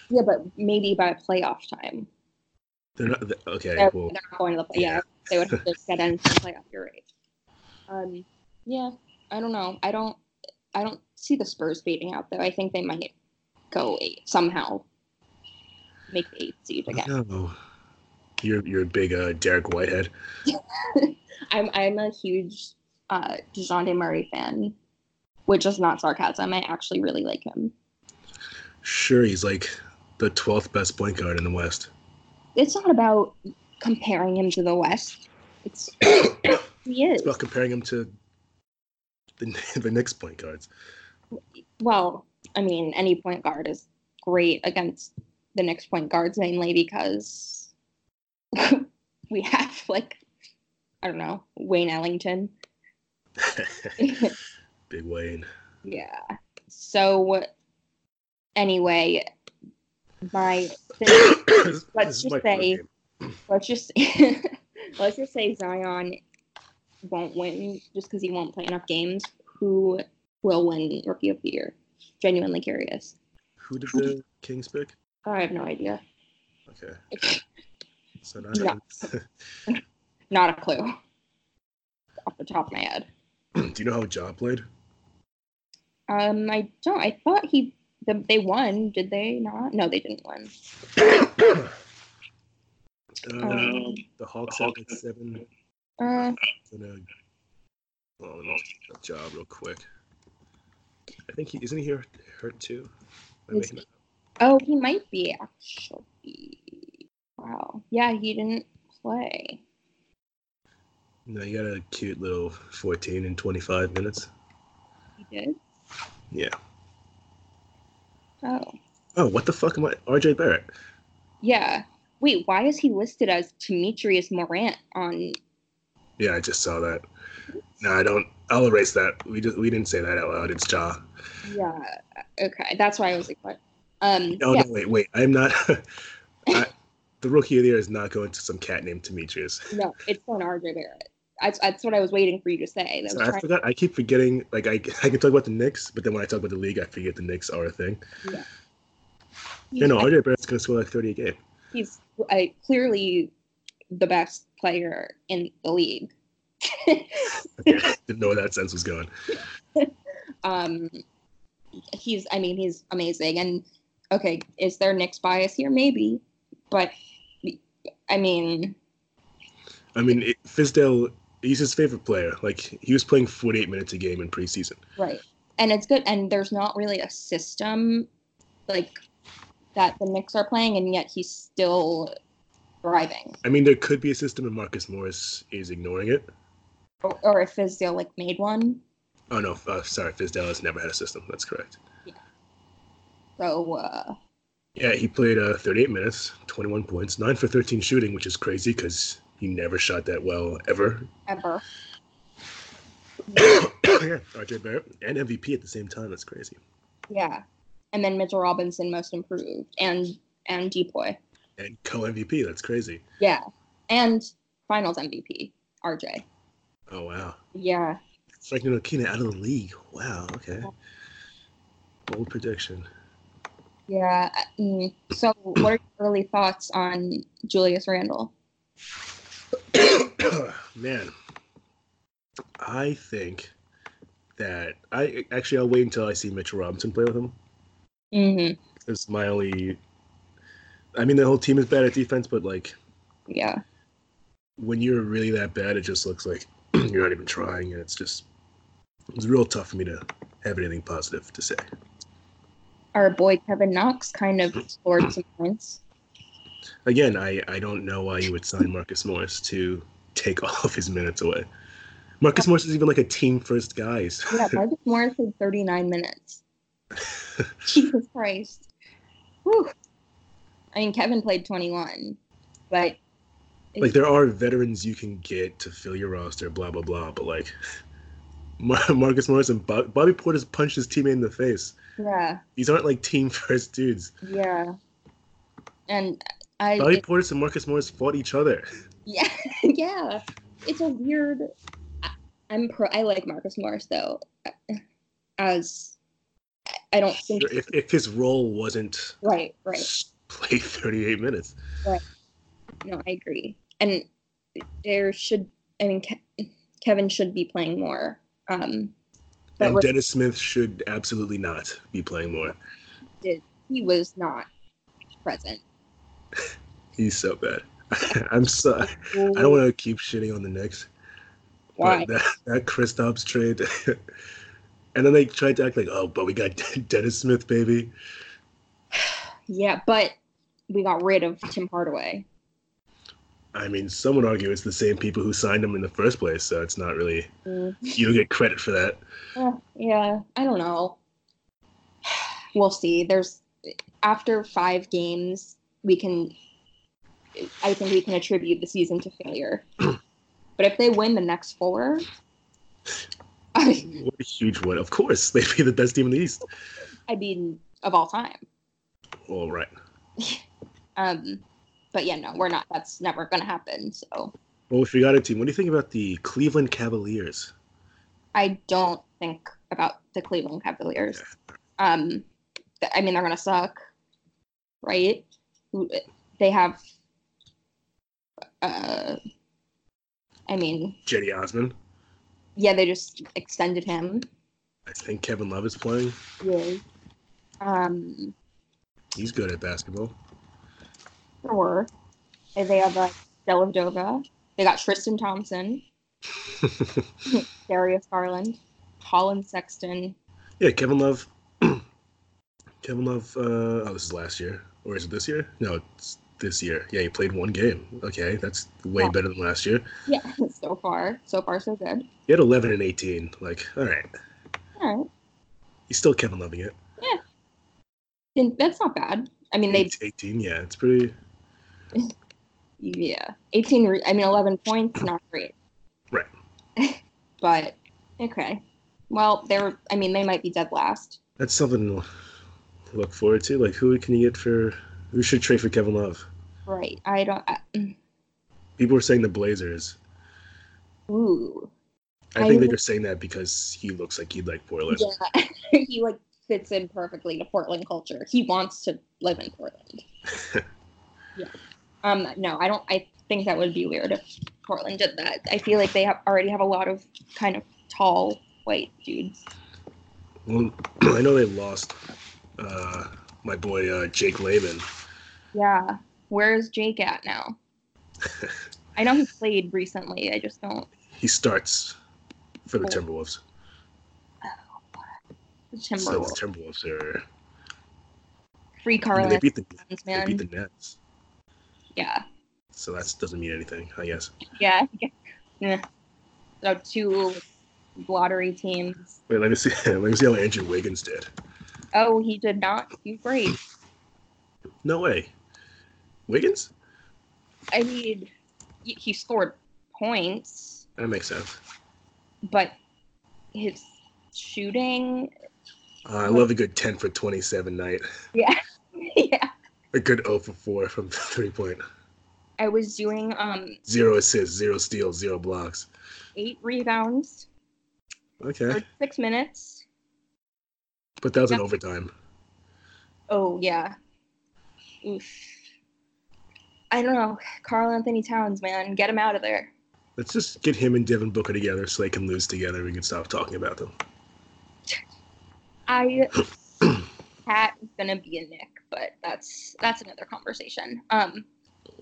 S7: Yeah, but maybe by playoff time.
S6: They're not the- okay.
S7: They're,
S6: Well,
S7: they're not going to the play- yeah. They would have to get in for playoff. You're right. Um, yeah, I don't know. I don't. I don't see the Spurs beating out though. I think they might go eight somehow. Make the eight seed again.
S6: no, you're you're a big uh, Derek Whitehead.
S7: I'm I'm a huge uh DeJounte Murray fan, which is not sarcasm. I actually really like him.
S6: Sure, he's like the 12th best point guard in the West.
S7: It's not about comparing him to the West. It's he is.
S6: It's about comparing him to the the Knicks point guards.
S7: Well, I mean, any point guard is great against the next point guards mainly because we have like I don't know, Wayne Ellington.
S6: Big Wayne.
S7: Yeah. So anyway, my
S6: This-
S7: Let's
S6: this is
S7: just
S6: my favorite
S7: say-
S6: game.
S7: let's just let's just say Zion won't win just because he won't play enough games. Who will win Rookie of the Year? Genuinely curious.
S6: who did the Kings pick?
S7: I have no idea.
S6: Okay,
S7: It's
S6: so now
S7: No. not a clue off the top of my head.
S6: do you know how Ja played?
S7: Um, I don't. I thought he the, they won. Did they not? No, they didn't win.
S6: Um, the Hawks had like seven.
S7: Uh,
S6: And, uh, oh, no, Ja real quick. I think he isn't he hurt, hurt too. Am I
S7: Is
S6: making that-
S7: oh, he might be actually. Wow. Yeah, he didn't play.
S6: No, you got a cute little 14 and 25 minutes.
S7: He did.
S6: Yeah.
S7: Oh.
S6: Oh, what the fuck am I? RJ Barrett.
S7: Yeah. Wait, why is he listed as Demetrius Morant on
S6: Yeah, I just saw that. No, I don't. I'll erase that. We just we didn't say that out loud. It's Ja. Oh,
S7: Yeah. Okay. That's why I was like, what? Um
S6: Oh
S7: yeah.
S6: no, wait, wait. I'm not. I, the rookie of the year is not going to some cat named Demetrius.
S7: no, it's on RJ Barrett. That's that's what I was waiting for you to say. That
S6: So
S7: was
S6: I
S7: trying,
S6: forgot. I keep forgetting. Like I, I can talk about the Knicks, but then when I talk about the league, I forget the Knicks are a thing. You know, RJ Barrett's going to score like 30 a game.
S7: he's uh, clearly the best player in the league.
S6: Didn't know where that sense was going.
S7: um he's I mean, he's amazing and okay, is there Knicks bias here? Maybe. But I mean,
S6: I mean, it, Fizdale, he's his favorite player. Like he was playing 48 minutes a game in preseason.
S7: Right. And it's good. And there's not really a system like that the Knicks are playing, and yet he's still thriving.
S6: I mean, there could be a system, and Marcus Morris is ignoring it.
S7: Or, or if Fizdale like made one.
S6: Oh no, uh, sorry, Fizdale has never had a system. That's correct.
S7: So uh,
S6: Yeah, he played uh, 38 minutes, 21 points, nine for 13 shooting, which is crazy because he never shot that well ever.
S7: ever.
S6: yeah, RJ Barrett and MVP at the same time. That's crazy.
S7: Yeah. And then Mitchell Robinson most improved and and Depoy.
S6: And co MVP. That's crazy.
S7: Yeah. And finals MVP, RJ.
S6: Oh wow,
S7: Yeah.
S6: Frank Ntilikina out of the league. Wow. Okay. Bold prediction.
S7: Yeah. Mm. So what are your early thoughts on Julius Randle?
S6: Man, I think that I actually I'll wait until I see Mitchell Robinson play with him.
S7: Mm-hmm.
S6: It's my only. I mean, the whole team is bad at defense, but like
S7: Yeah.
S6: when you're really that bad, it just looks like you're not even trying, and it's just it's real tough for me to have anything positive to say.
S7: Our boy Kevin Knox kind of scored some points.
S6: Again, I I don't know why you would sign Marcus Morris to take all of his minutes away. Marcus Morris is even like a team first guy. so-
S7: Yeah, Marcus Morris had 39 minutes. Jesus Christ. Whew. I mean, Kevin played 21, but
S6: Like there are veterans you can get to fill your roster, blah blah blah. But like, Mar- Marcus Morris and Bob- Bobby Porter's punched his teammate in the face.
S7: yeah,
S6: These aren't like team first dudes.
S7: yeah. And I,
S6: Bobby
S7: it-
S6: Portis and Marcus Morris fought each other.
S7: yeah, yeah. It's a weird. I, I'm pro. I like Marcus Morris though. As I- I don't think
S6: If, if his role wasn't
S7: right, right.
S6: play 38 minutes,
S7: No, I agree. And there should, I mean, Ke- Kevin should be playing more. Um, but
S6: and
S7: what
S6: Dennis Smith should absolutely not be playing more.
S7: he was not present.
S6: He's so bad. I'm so. I don't want to keep shitting on the Knicks.
S7: Why?
S6: But that that Kristaps trade, and then they tried to act like, oh, but we got Dennis Smith, baby.
S7: Yeah, but we got rid of Tim Hardaway.
S6: I mean, some would argue it's the same people who signed him in the first place, so it's not really
S7: Mm,
S6: you get credit for that.
S7: eh, yeah, I don't know. We'll see. There's after five games, we can. I think we can attribute the season to failure. but if they win the next four, I,
S6: What a huge win! Of course, they'd be the best team in the East.
S7: I mean, of all time.
S6: All right.
S7: Um, but yeah, no, we're not. That's never going to happen. So
S6: Well, we forgot a team. What do you think about the Cleveland Cavaliers?
S7: I don't think about the Cleveland Cavaliers. Um, th- I mean, they're going to suck, right? Who- They have. Uh, I mean,
S6: Jetty Osman.
S7: yeah, they just extended him.
S6: I think Kevin Love is playing.
S7: Yay. Um,
S6: He's good at basketball.
S7: sure. And They have uh, Delavdova. They got Tristan Thompson, Darius Garland, Colin Sexton,
S6: yeah, Kevin Love. Kevin Love. Uh, oh, this is last year, or is it this year? No, it's this year. Yeah, he played one game. Okay, that's way
S7: Yeah.
S6: better than last year.
S7: Yeah, so far, so far, so good.
S6: He had 11 and 18. Like, all right,
S7: All right,
S6: he's still Kevin Loving it.
S7: Then that's not bad. I mean, they,
S6: 18, yeah, it's pretty.
S7: yeah, eighteen. Re- I mean, eleven points, not great.
S6: Right.
S7: but okay, well, they were. I mean, they might be dead last.
S6: That's something to look forward to. Like, who can you get for? Who should trade for Kevin Love?
S7: Right. I don't. I,
S6: People were saying the Blazers.
S7: ooh.
S6: I,
S7: I
S6: think they
S7: would-
S6: were saying that because he looks like he'd like Portland.
S7: Yeah. he like fits in perfectly to Portland culture. He wants to live in Portland. yeah. Um. No, I don't. I think that would be weird if Portland did that. I feel like they have already have a lot of kind of tall white dudes.
S6: Well, I know they lost uh, my boy uh, Jake Lehman.
S7: Yeah. Where is Jake at now? I know he played recently. I just don't.
S6: He starts for the
S7: Oh.
S6: Timberwolves.
S7: The
S6: So the
S7: Timberwolves.
S6: Timberwolves are. I
S7: Free
S6: mean, they
S7: Carlin.
S6: beat the they
S7: man.
S6: beat the Nets,
S7: yeah.
S6: so that doesn't mean anything, I guess.
S7: Yeah. yeah. So two lottery teams.
S6: Wait, let me see. Let me see how Andrew Wiggins did.
S7: Oh, he did not do great.
S6: No way. Wiggins?
S7: I mean, y- he scored points,
S6: That makes sense.
S7: but his shooting.
S6: Uh, I love a good ten for twenty-seven night.
S7: Yeah. yeah.
S6: A good zero for four from three point.
S7: I was doing um
S6: Zero assists, zero steals, zero blocks.
S7: eight rebounds for
S6: Okay,
S7: six minutes.
S6: but that was an overtime.
S7: Oh yeah. Oof. I don't know. Carl Anthony Towns, man. Get him out of there.
S6: Let's just get him and Devin Booker together so they can lose together. We can stop talking about them.
S7: I Pat is gonna be a Nick, but that's that's another conversation. Um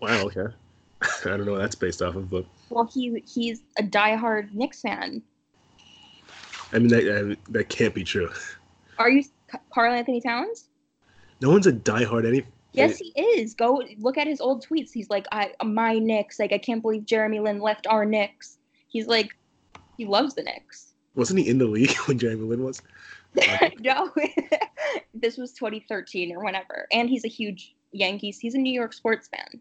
S6: Wow. Okay. I don't know what that's based off of, but
S7: well he he's a diehard Knicks fan.
S6: I mean that I, that can't be true.
S7: Are you Carl Anthony Towns?
S6: No one's a diehard any.
S7: Yes, he is. Go look at his old tweets. He's like, I my Knicks. Like I can't believe Jeremy Lin left our Knicks. He's like, he loves the Knicks.
S6: Wasn't he in the league when Jeremy Lin was?
S7: no, this was 2013 or whenever. And he's a huge Yankees. He's a New York sports fan.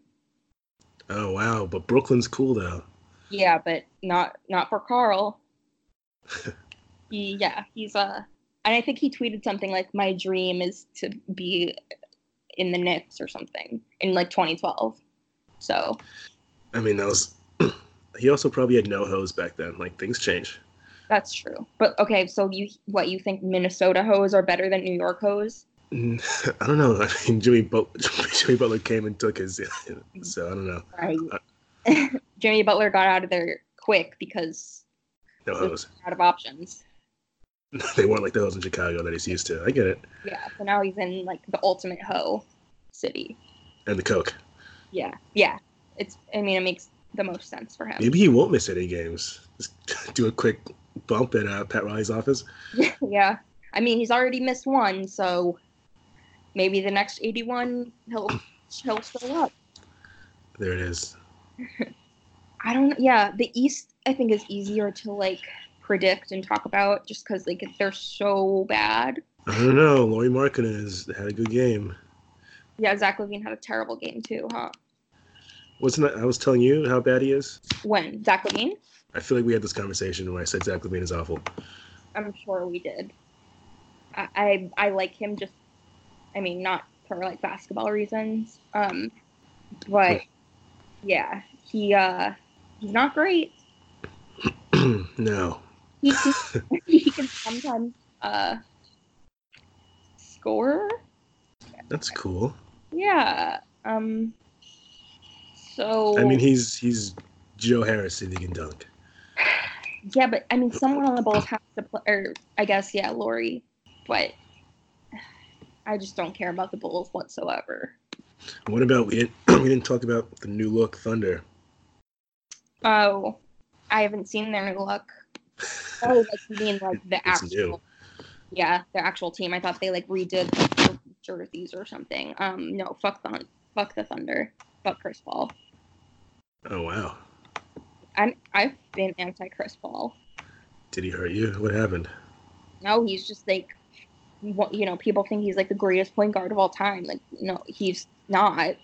S6: Oh wow, but Brooklyn's cool though.
S7: Yeah, but not not for Carl. He- yeah, he's uh, and I think he tweeted something like, "My dream is to be in the Knicks or something in like 2012." So
S6: I mean, that was. he also probably had no hose back then. Like things change.
S7: that's true. But okay, so you what you think Minnesota hoes are better than New York hoes?
S6: Mm, I don't know. I mean, Jimmy Butler, Jimmy Butler came and took his. So I don't know.
S7: Right. Jimmy Butler got out of there quick because
S6: No hose.
S7: out of options.
S6: they weren't like the hose in Chicago that he's used to. I get it.
S7: Yeah, so now he's in like the ultimate hoe city.
S6: And the Coke.
S7: Yeah, yeah. It's I mean it makes the most sense for him.
S6: Maybe he won't miss any games. Just do a quick bump at uh, Pat Riley's office.
S7: yeah, I mean he's already missed one, so maybe the next eighty-one he'll he'll show up.
S6: There it is.
S7: I don't. Yeah, the East I think is easier to like predict and talk about just because like they're so bad.
S6: I don't know. Lori Markkinen has had a good game.
S7: Yeah, Zach Levine had a terrible game too, huh?
S6: Wasn't that, I was telling you how bad he is?
S7: When Zach Levine,
S6: I feel like we had this conversation when I said Zach Levine is awful.
S7: I'm sure we did. I I, I like him just. I mean, not for like basketball reasons. Um, but yeah, he uh, he's not great.
S6: no.
S7: he can, he can sometimes uh score
S6: That's cool.
S7: yeah um so
S6: I mean, he's he's Joe Harris if he can dunk.
S7: yeah but i mean someone on the bulls has to play or i guess yeah lori but i just don't care about the bulls whatsoever
S6: What about we didn't we didn't talk about the new look Thunder?
S7: oh i haven't seen their new look oh like you mean like the
S6: It's
S7: actual
S6: new.
S7: yeah their actual team i thought they like redid their jerseys or something um no fuck the Hun- fuck the thunder fuck chris paul
S6: Oh wow.
S7: I'm I've been anti Chris Paul.
S6: Did he hurt you? What happened?
S7: No, he's just like, what, you know, people think he's like the greatest point guard of all time. Like, no, he's not.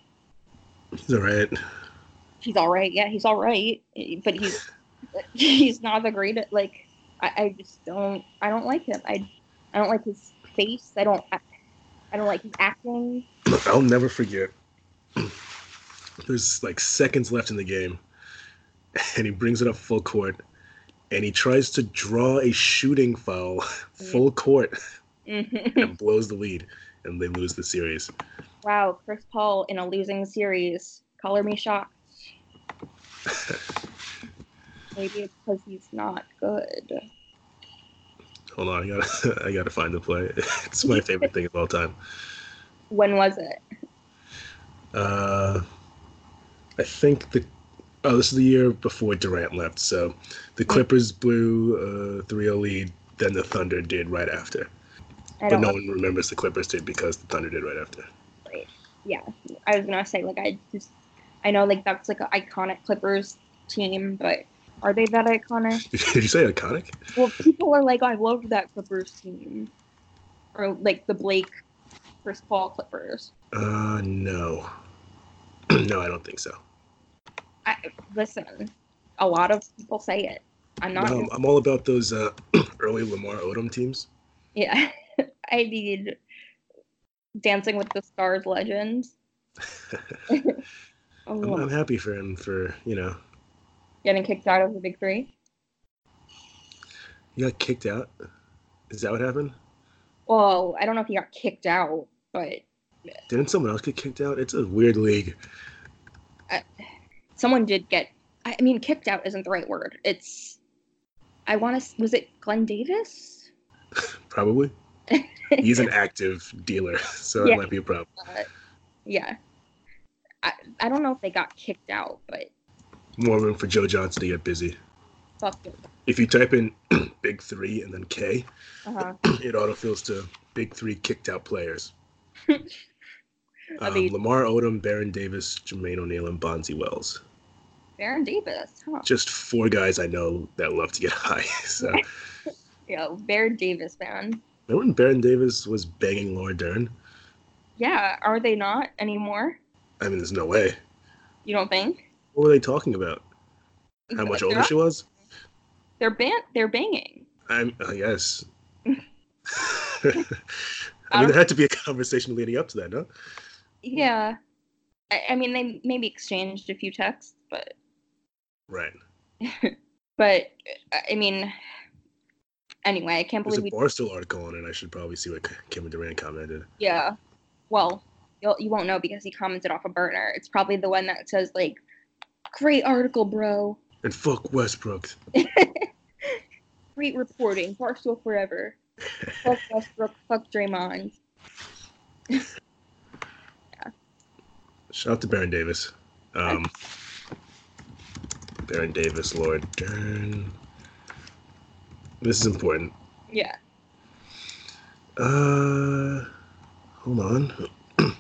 S6: He's all right.
S7: He's all right. Yeah, he's all right, but he's he's not the greatest. Like, I, I just don't. I don't like him. I I don't like his face. I don't. I, I don't like his acting.
S6: I'll never forget. There's like seconds left in the game, and he brings it up full court, and he tries to draw a shooting foul full court
S7: Mhm.
S6: and blows the lead, and they lose the series.
S7: wow, Chris Paul in a losing series. Color me shocked. Maybe it's because he's not good.
S6: Hold on, I gotta I gotta find the play. It's my favorite thing of all time.
S7: When was it?
S6: Uh, I think the oh this is the year before Durant left, so the Clippers blew a 3-0 lead, then the Thunder did right after.
S7: I
S6: But
S7: don't
S6: no
S7: know.
S6: one remembers the Clippers did because the Thunder did right after.
S7: I was gonna say like I just I know like that's like an iconic Clippers team, but are they that iconic?
S6: Did you say iconic?
S7: Well, people are like, "Oh, I love that Clippers team, or like the Blake Chris Paul Clippers.
S6: Uh, no. no, I don't think so.
S7: I listen, a lot of people say it. I'm not.
S6: No, I'm all about those uh, early Lamar Odom teams.
S7: Yeah, I need Dancing with the Stars Oh, legends.
S6: I'm, I'm
S7: oh,
S6: happy for him for, you know,
S7: getting kicked out of the big three.
S6: he got kicked out. Is that what happened?
S7: Well, I don't know if he got kicked out, but
S6: Didn't someone else get kicked out? It's a weird league.
S7: someone did get i I mean kicked out isn't the right word it's i want to was it glenn davis
S6: Probably. He's an active dealer, so
S7: Yeah.
S6: it might be a problem.
S7: yeah I, I don't know if they got kicked out but
S6: More room for Joe Johnson to get busy.
S7: fuck it
S6: If you type in Big Three and then K,
S7: uh-huh.
S6: it autofills to Big Three kicked out players.
S7: Are
S6: Um,
S7: they-
S6: Lamar Odom, Baron Davis, Jermaine O'Neal, and Bonzi Wells.
S7: baron davis huh
S6: Just four guys I know that love to get high. So
S7: yeah baron davis man
S6: Remember when Baron Davis was begging Laura Dern?
S7: Yeah, are they not anymore?
S6: I mean, there's no way.
S7: You don't think?
S6: What were they talking about? How much
S7: They're
S6: older
S7: not-
S6: she was?
S7: They're ban- they're banging.
S6: I'm, I guess. I
S7: I
S6: mean,
S7: don't-
S6: there had to be a conversation leading up to that, no?
S7: Yeah. I, I mean, they maybe exchanged a few texts, but
S6: Right.
S7: but I mean, anyway, I can't
S6: There's
S7: believe
S6: a
S7: we.
S6: Barstool article on it. I should probably see what Kevin Durant commented.
S7: Yeah. Well, you'll, you won't know because he commented off a burner. It's probably the one that says like, "Great article, bro.
S6: And fuck Westbrook.
S7: Great reporting. Barstool forever. fuck Westbrook. Fuck Draymond."
S6: Shout out to Baron Davis. Um, Baron Davis, Laura Dern. This is important.
S7: Yeah.
S6: Uh, hold on.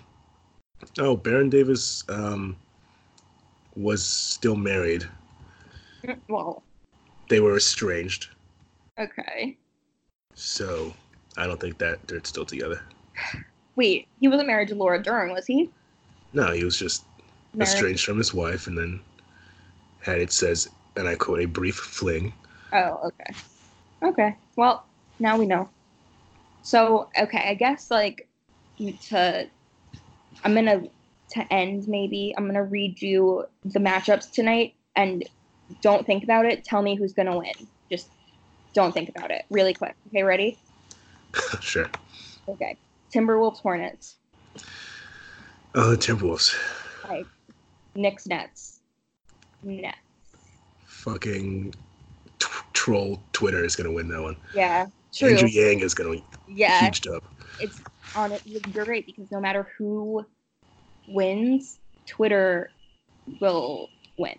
S6: oh, Baron Davis um, was still married.
S7: mm, Well,
S6: They were estranged,
S7: okay.
S6: so I don't think that they're still together.
S7: Wait, he wasn't married to Laura Dern, was he?
S6: No, he was just
S7: Married-
S6: estranged from his wife, and then had it says, and I quote, a brief fling.
S7: Oh, okay. Okay. Well, now we know. So, okay, I guess like to I'm going to to end maybe. I'm going to read you the matchups tonight and don't think about it. Tell me who's going to win. Just don't think about it. Really quick. Okay, ready?
S6: Oh, sure.
S7: Okay. Timberwolves Hornets.
S6: Oh, the Timberwolves.
S7: Like Knicks Nets. Nets.
S6: Fucking t- troll Twitter is gonna win that one.
S7: Yeah. True.
S6: Andrew Yang is gonna
S7: yeah.
S6: huge dub.
S7: it's on it. You're right because no matter who wins, Twitter will win.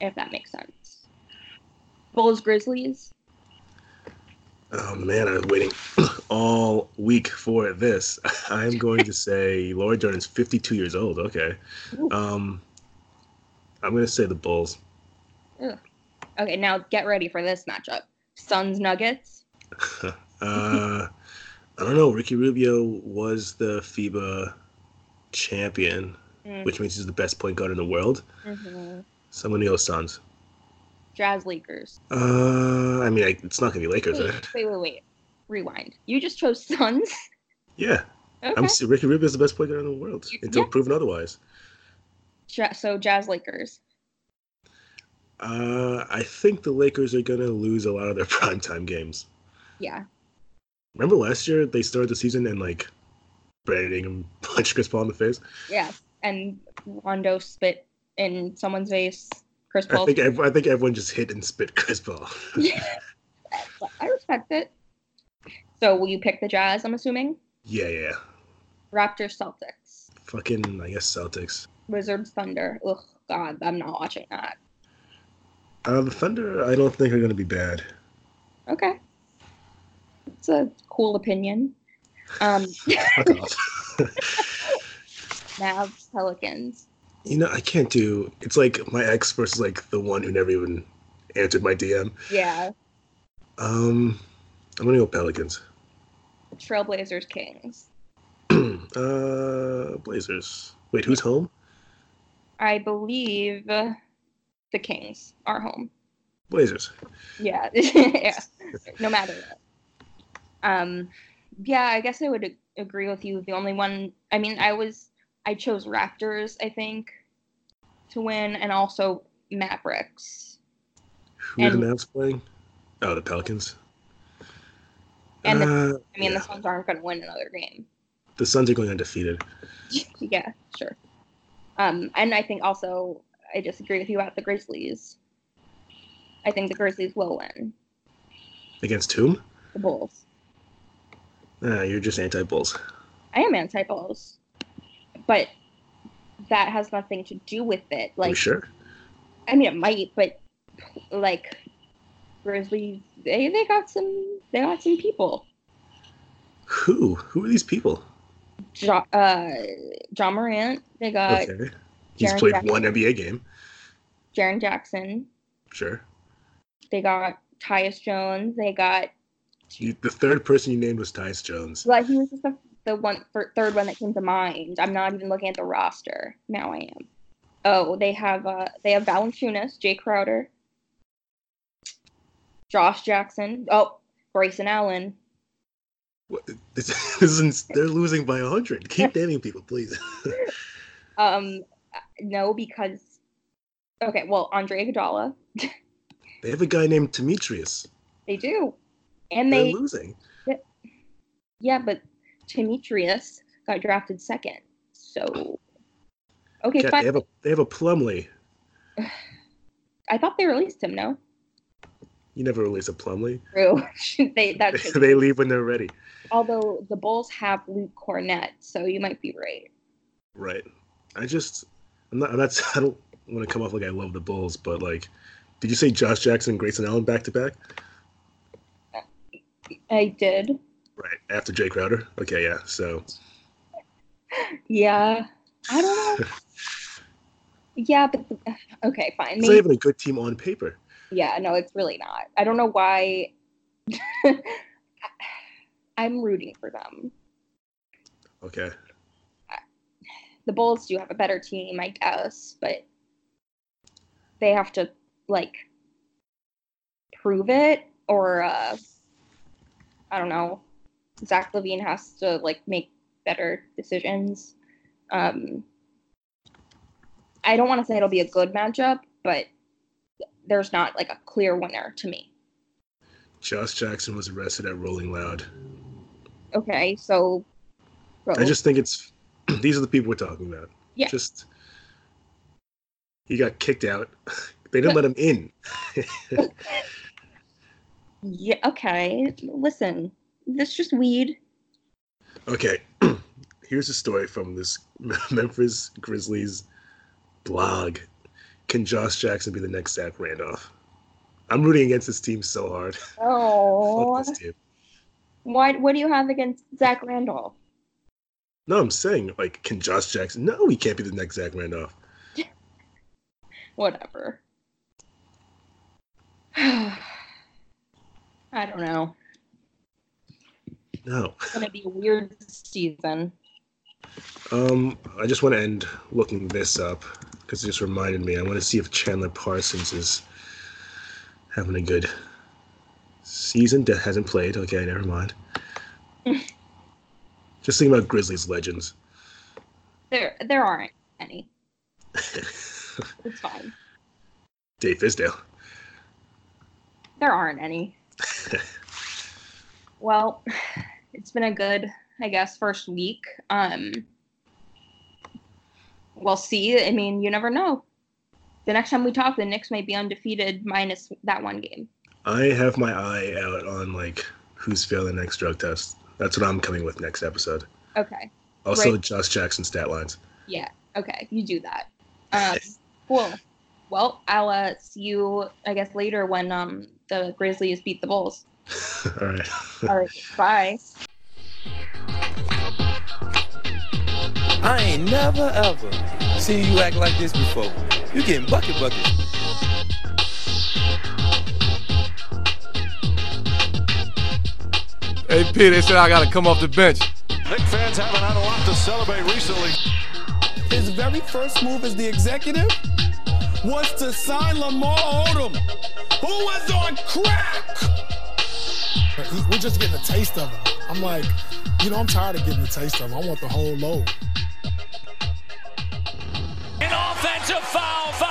S7: If that makes sense. Bulls Grizzlies.
S6: Oh man, I was waiting all week for this. I'm going to say Laura Dern is 52 years old. Okay.
S7: Ooh.
S6: Um, I'm gonna say the Bulls.
S7: Okay, now get ready for this matchup. Suns Nuggets.
S6: Uh, I don't know. Ricky Rubio was the FIBA champion,
S7: Mm.
S6: which means he's the best point guard in the world. So I'm gonna go Suns.
S7: Mm-hmm. Jazz Lakers.
S6: Uh, I mean, I, it's not gonna be Lakers,
S7: Wait,
S6: right?
S7: wait, wait, wait. Rewind. You just chose Suns.
S6: Yeah, I'm
S7: Okay.
S6: s- Ricky Rubio is the best point guard in the world until
S7: Yeah.
S6: proven otherwise.
S7: Ja- so Jazz Lakers.
S6: Uh, I think the Lakers are gonna lose a lot of their primetime games.
S7: Yeah.
S6: Remember last year they started the season and like Brandon Ingram punched Chris Paul in the face.
S7: Yes. And Rondo spit in someone's face. Chris
S6: I
S7: Paul.
S6: think ev- I think everyone just hit and spit Chris Paul.
S7: I respect it. So will you pick the Jazz? I'm assuming
S6: yeah, yeah.
S7: Raptors, Celtics,
S6: Fucking, I guess Celtics.
S7: Wizards, Thunder. Ugh, God, I'm not watching that.
S6: Uh, the Thunder, I don't think are gonna be bad.
S7: Okay, it's a cool opinion. Um,
S6: Fuck off.
S7: Mavs, Pelicans.
S6: you know, I can't do. It's like my ex versus like the one who never even answered my DM.
S7: Yeah,
S6: Um, I'm gonna go Pelicans.
S7: Trailblazers, Kings.
S6: uh, Blazers. Wait, who's home?
S7: I believe uh, the Kings are home.
S6: Blazers.
S7: Yeah, yeah. No matter what. Um, yeah, I guess I would ag- agree with you. The only one, I mean, I was, I chose Raptors, I think, to win, and also Mavericks.
S6: Who are
S7: And-
S6: the Mavs playing? Oh, the Pelicans.
S7: And the-
S6: uh,
S7: I mean,
S6: yeah.
S7: the Suns aren't going to win another game.
S6: the Suns are going undefeated.
S7: yeah, sure. Um, and I think also, I disagree with you about the Grizzlies. I think the Grizzlies will win
S6: Against whom?
S7: the Bulls.
S6: Ah, you're just anti-Bulls.
S7: I am anti-Bulls, but that has nothing to do with
S6: are
S7: it.
S6: you
S7: Like,
S6: sure?
S7: I mean, it might, but like Grizzlies, they they got some they got some people.
S6: Who? Who are these people?
S7: John uh, John Morant, they got
S6: okay. He's
S7: Jaren
S6: played
S7: Uh, Jackson.
S6: one NBA game.
S7: Jaren Jackson,
S6: Sure.
S7: they got Tyus Jones, they got
S6: You, the third person you named was Tyus Jones.
S7: Like he was just the, the one thir- third one that came to mind. I'm not even looking at the roster now. I am. Oh, they have uh they have Valanciunas, Jay Crowder, Josh Jackson. Oh, Grayson Allen.
S6: What, this, this is, they're losing by 100. Keep naming people, please.
S7: Um, no, because okay, well Andre Iguodala.
S6: they have a guy named Demetrius.
S7: They do, and
S6: They're
S7: they
S6: losing.
S7: yeah, but Demetrius got drafted second. So okay,
S6: God, they
S7: fine.
S6: have a they have a Plumley.
S7: I thought they released him. No,
S6: You never release a Plumley.
S7: true. they that should
S6: they leave when they're ready.
S7: although the Bulls have Luke Cornett, so you might be right.
S6: Right. I just I'm not I'm not I don't want to come off like I love the Bulls, but like did you say Josh Jackson and Grayson Allen back to back?
S7: I did.
S6: Right. After Jay Crowder? Okay, yeah. So
S7: Yeah. I don't know. yeah, but the, okay, fine.
S6: it's not
S7: Maybe,
S6: even a good team on paper.
S7: yeah, no, it's really not. I don't know why. I'm rooting for them.
S6: Okay.
S7: The Bulls do have a better team, I guess, but they have to like prove it, or uh, I don't know. Zach Levine has to like make better decisions. Um, I don't want to say it'll be a good matchup, but there's not like a clear winner to me.
S6: Josh Jackson was arrested at Rolling Loud.
S7: Okay, so bro,
S6: I just think it's these are the people we're talking about.
S7: Yeah.
S6: Just he got kicked out. They didn't let him in.
S7: yeah, okay. Listen, this just weed.
S6: Okay, here's a story from this Memphis Grizzlies blog. Can Josh Jackson be the next Zach Randolph? I'm rooting against this team so hard.
S7: Oh,
S6: Fuck this team.
S7: why? What do you have against Zach Randolph?
S6: No, I'm saying like, can Josh Jackson? No, he can't be the next Zach Randolph.
S7: whatever. I don't know.
S6: No.
S7: It's gonna be a weird season.
S6: Um, I just want to end looking this up because it just reminded me. I want to see if Chandler Parsons is having a good season. That hasn't played. Okay, never mind. just thinking about Grizzlies legends.
S7: There, there aren't any. It's fine.
S6: Dave Fisdale.
S7: There aren't any. well, it's been a good, I guess, first week. Um, we'll see. I mean, you never know. The next time we talk, the Knicks may be undefeated minus that one game.
S6: I have my eye out on like who's failing the next drug test. That's what I'm coming with next episode.
S7: Okay.
S6: Also,
S7: Right.
S6: Josh Jackson stat lines.
S7: Yeah. Okay. You do that. Um, cool. Well, I'll uh, see you, I guess, later when um, the Grizzlies beat the Bulls.
S6: All right.
S7: All right. Bye.
S1: I ain't never ever seen you act like this before. You getting bucket bucket.
S2: Hey, P, they said I gotta come off the bench.
S3: Nick fans haven't had a lot to celebrate recently.
S4: His very first move as the executive was to sign Lamar Odom, who was on crack.
S5: He- We're just getting a taste of him. I'm like, you know, I'm tired of getting a taste of him. I want the whole load.
S8: An offensive foul.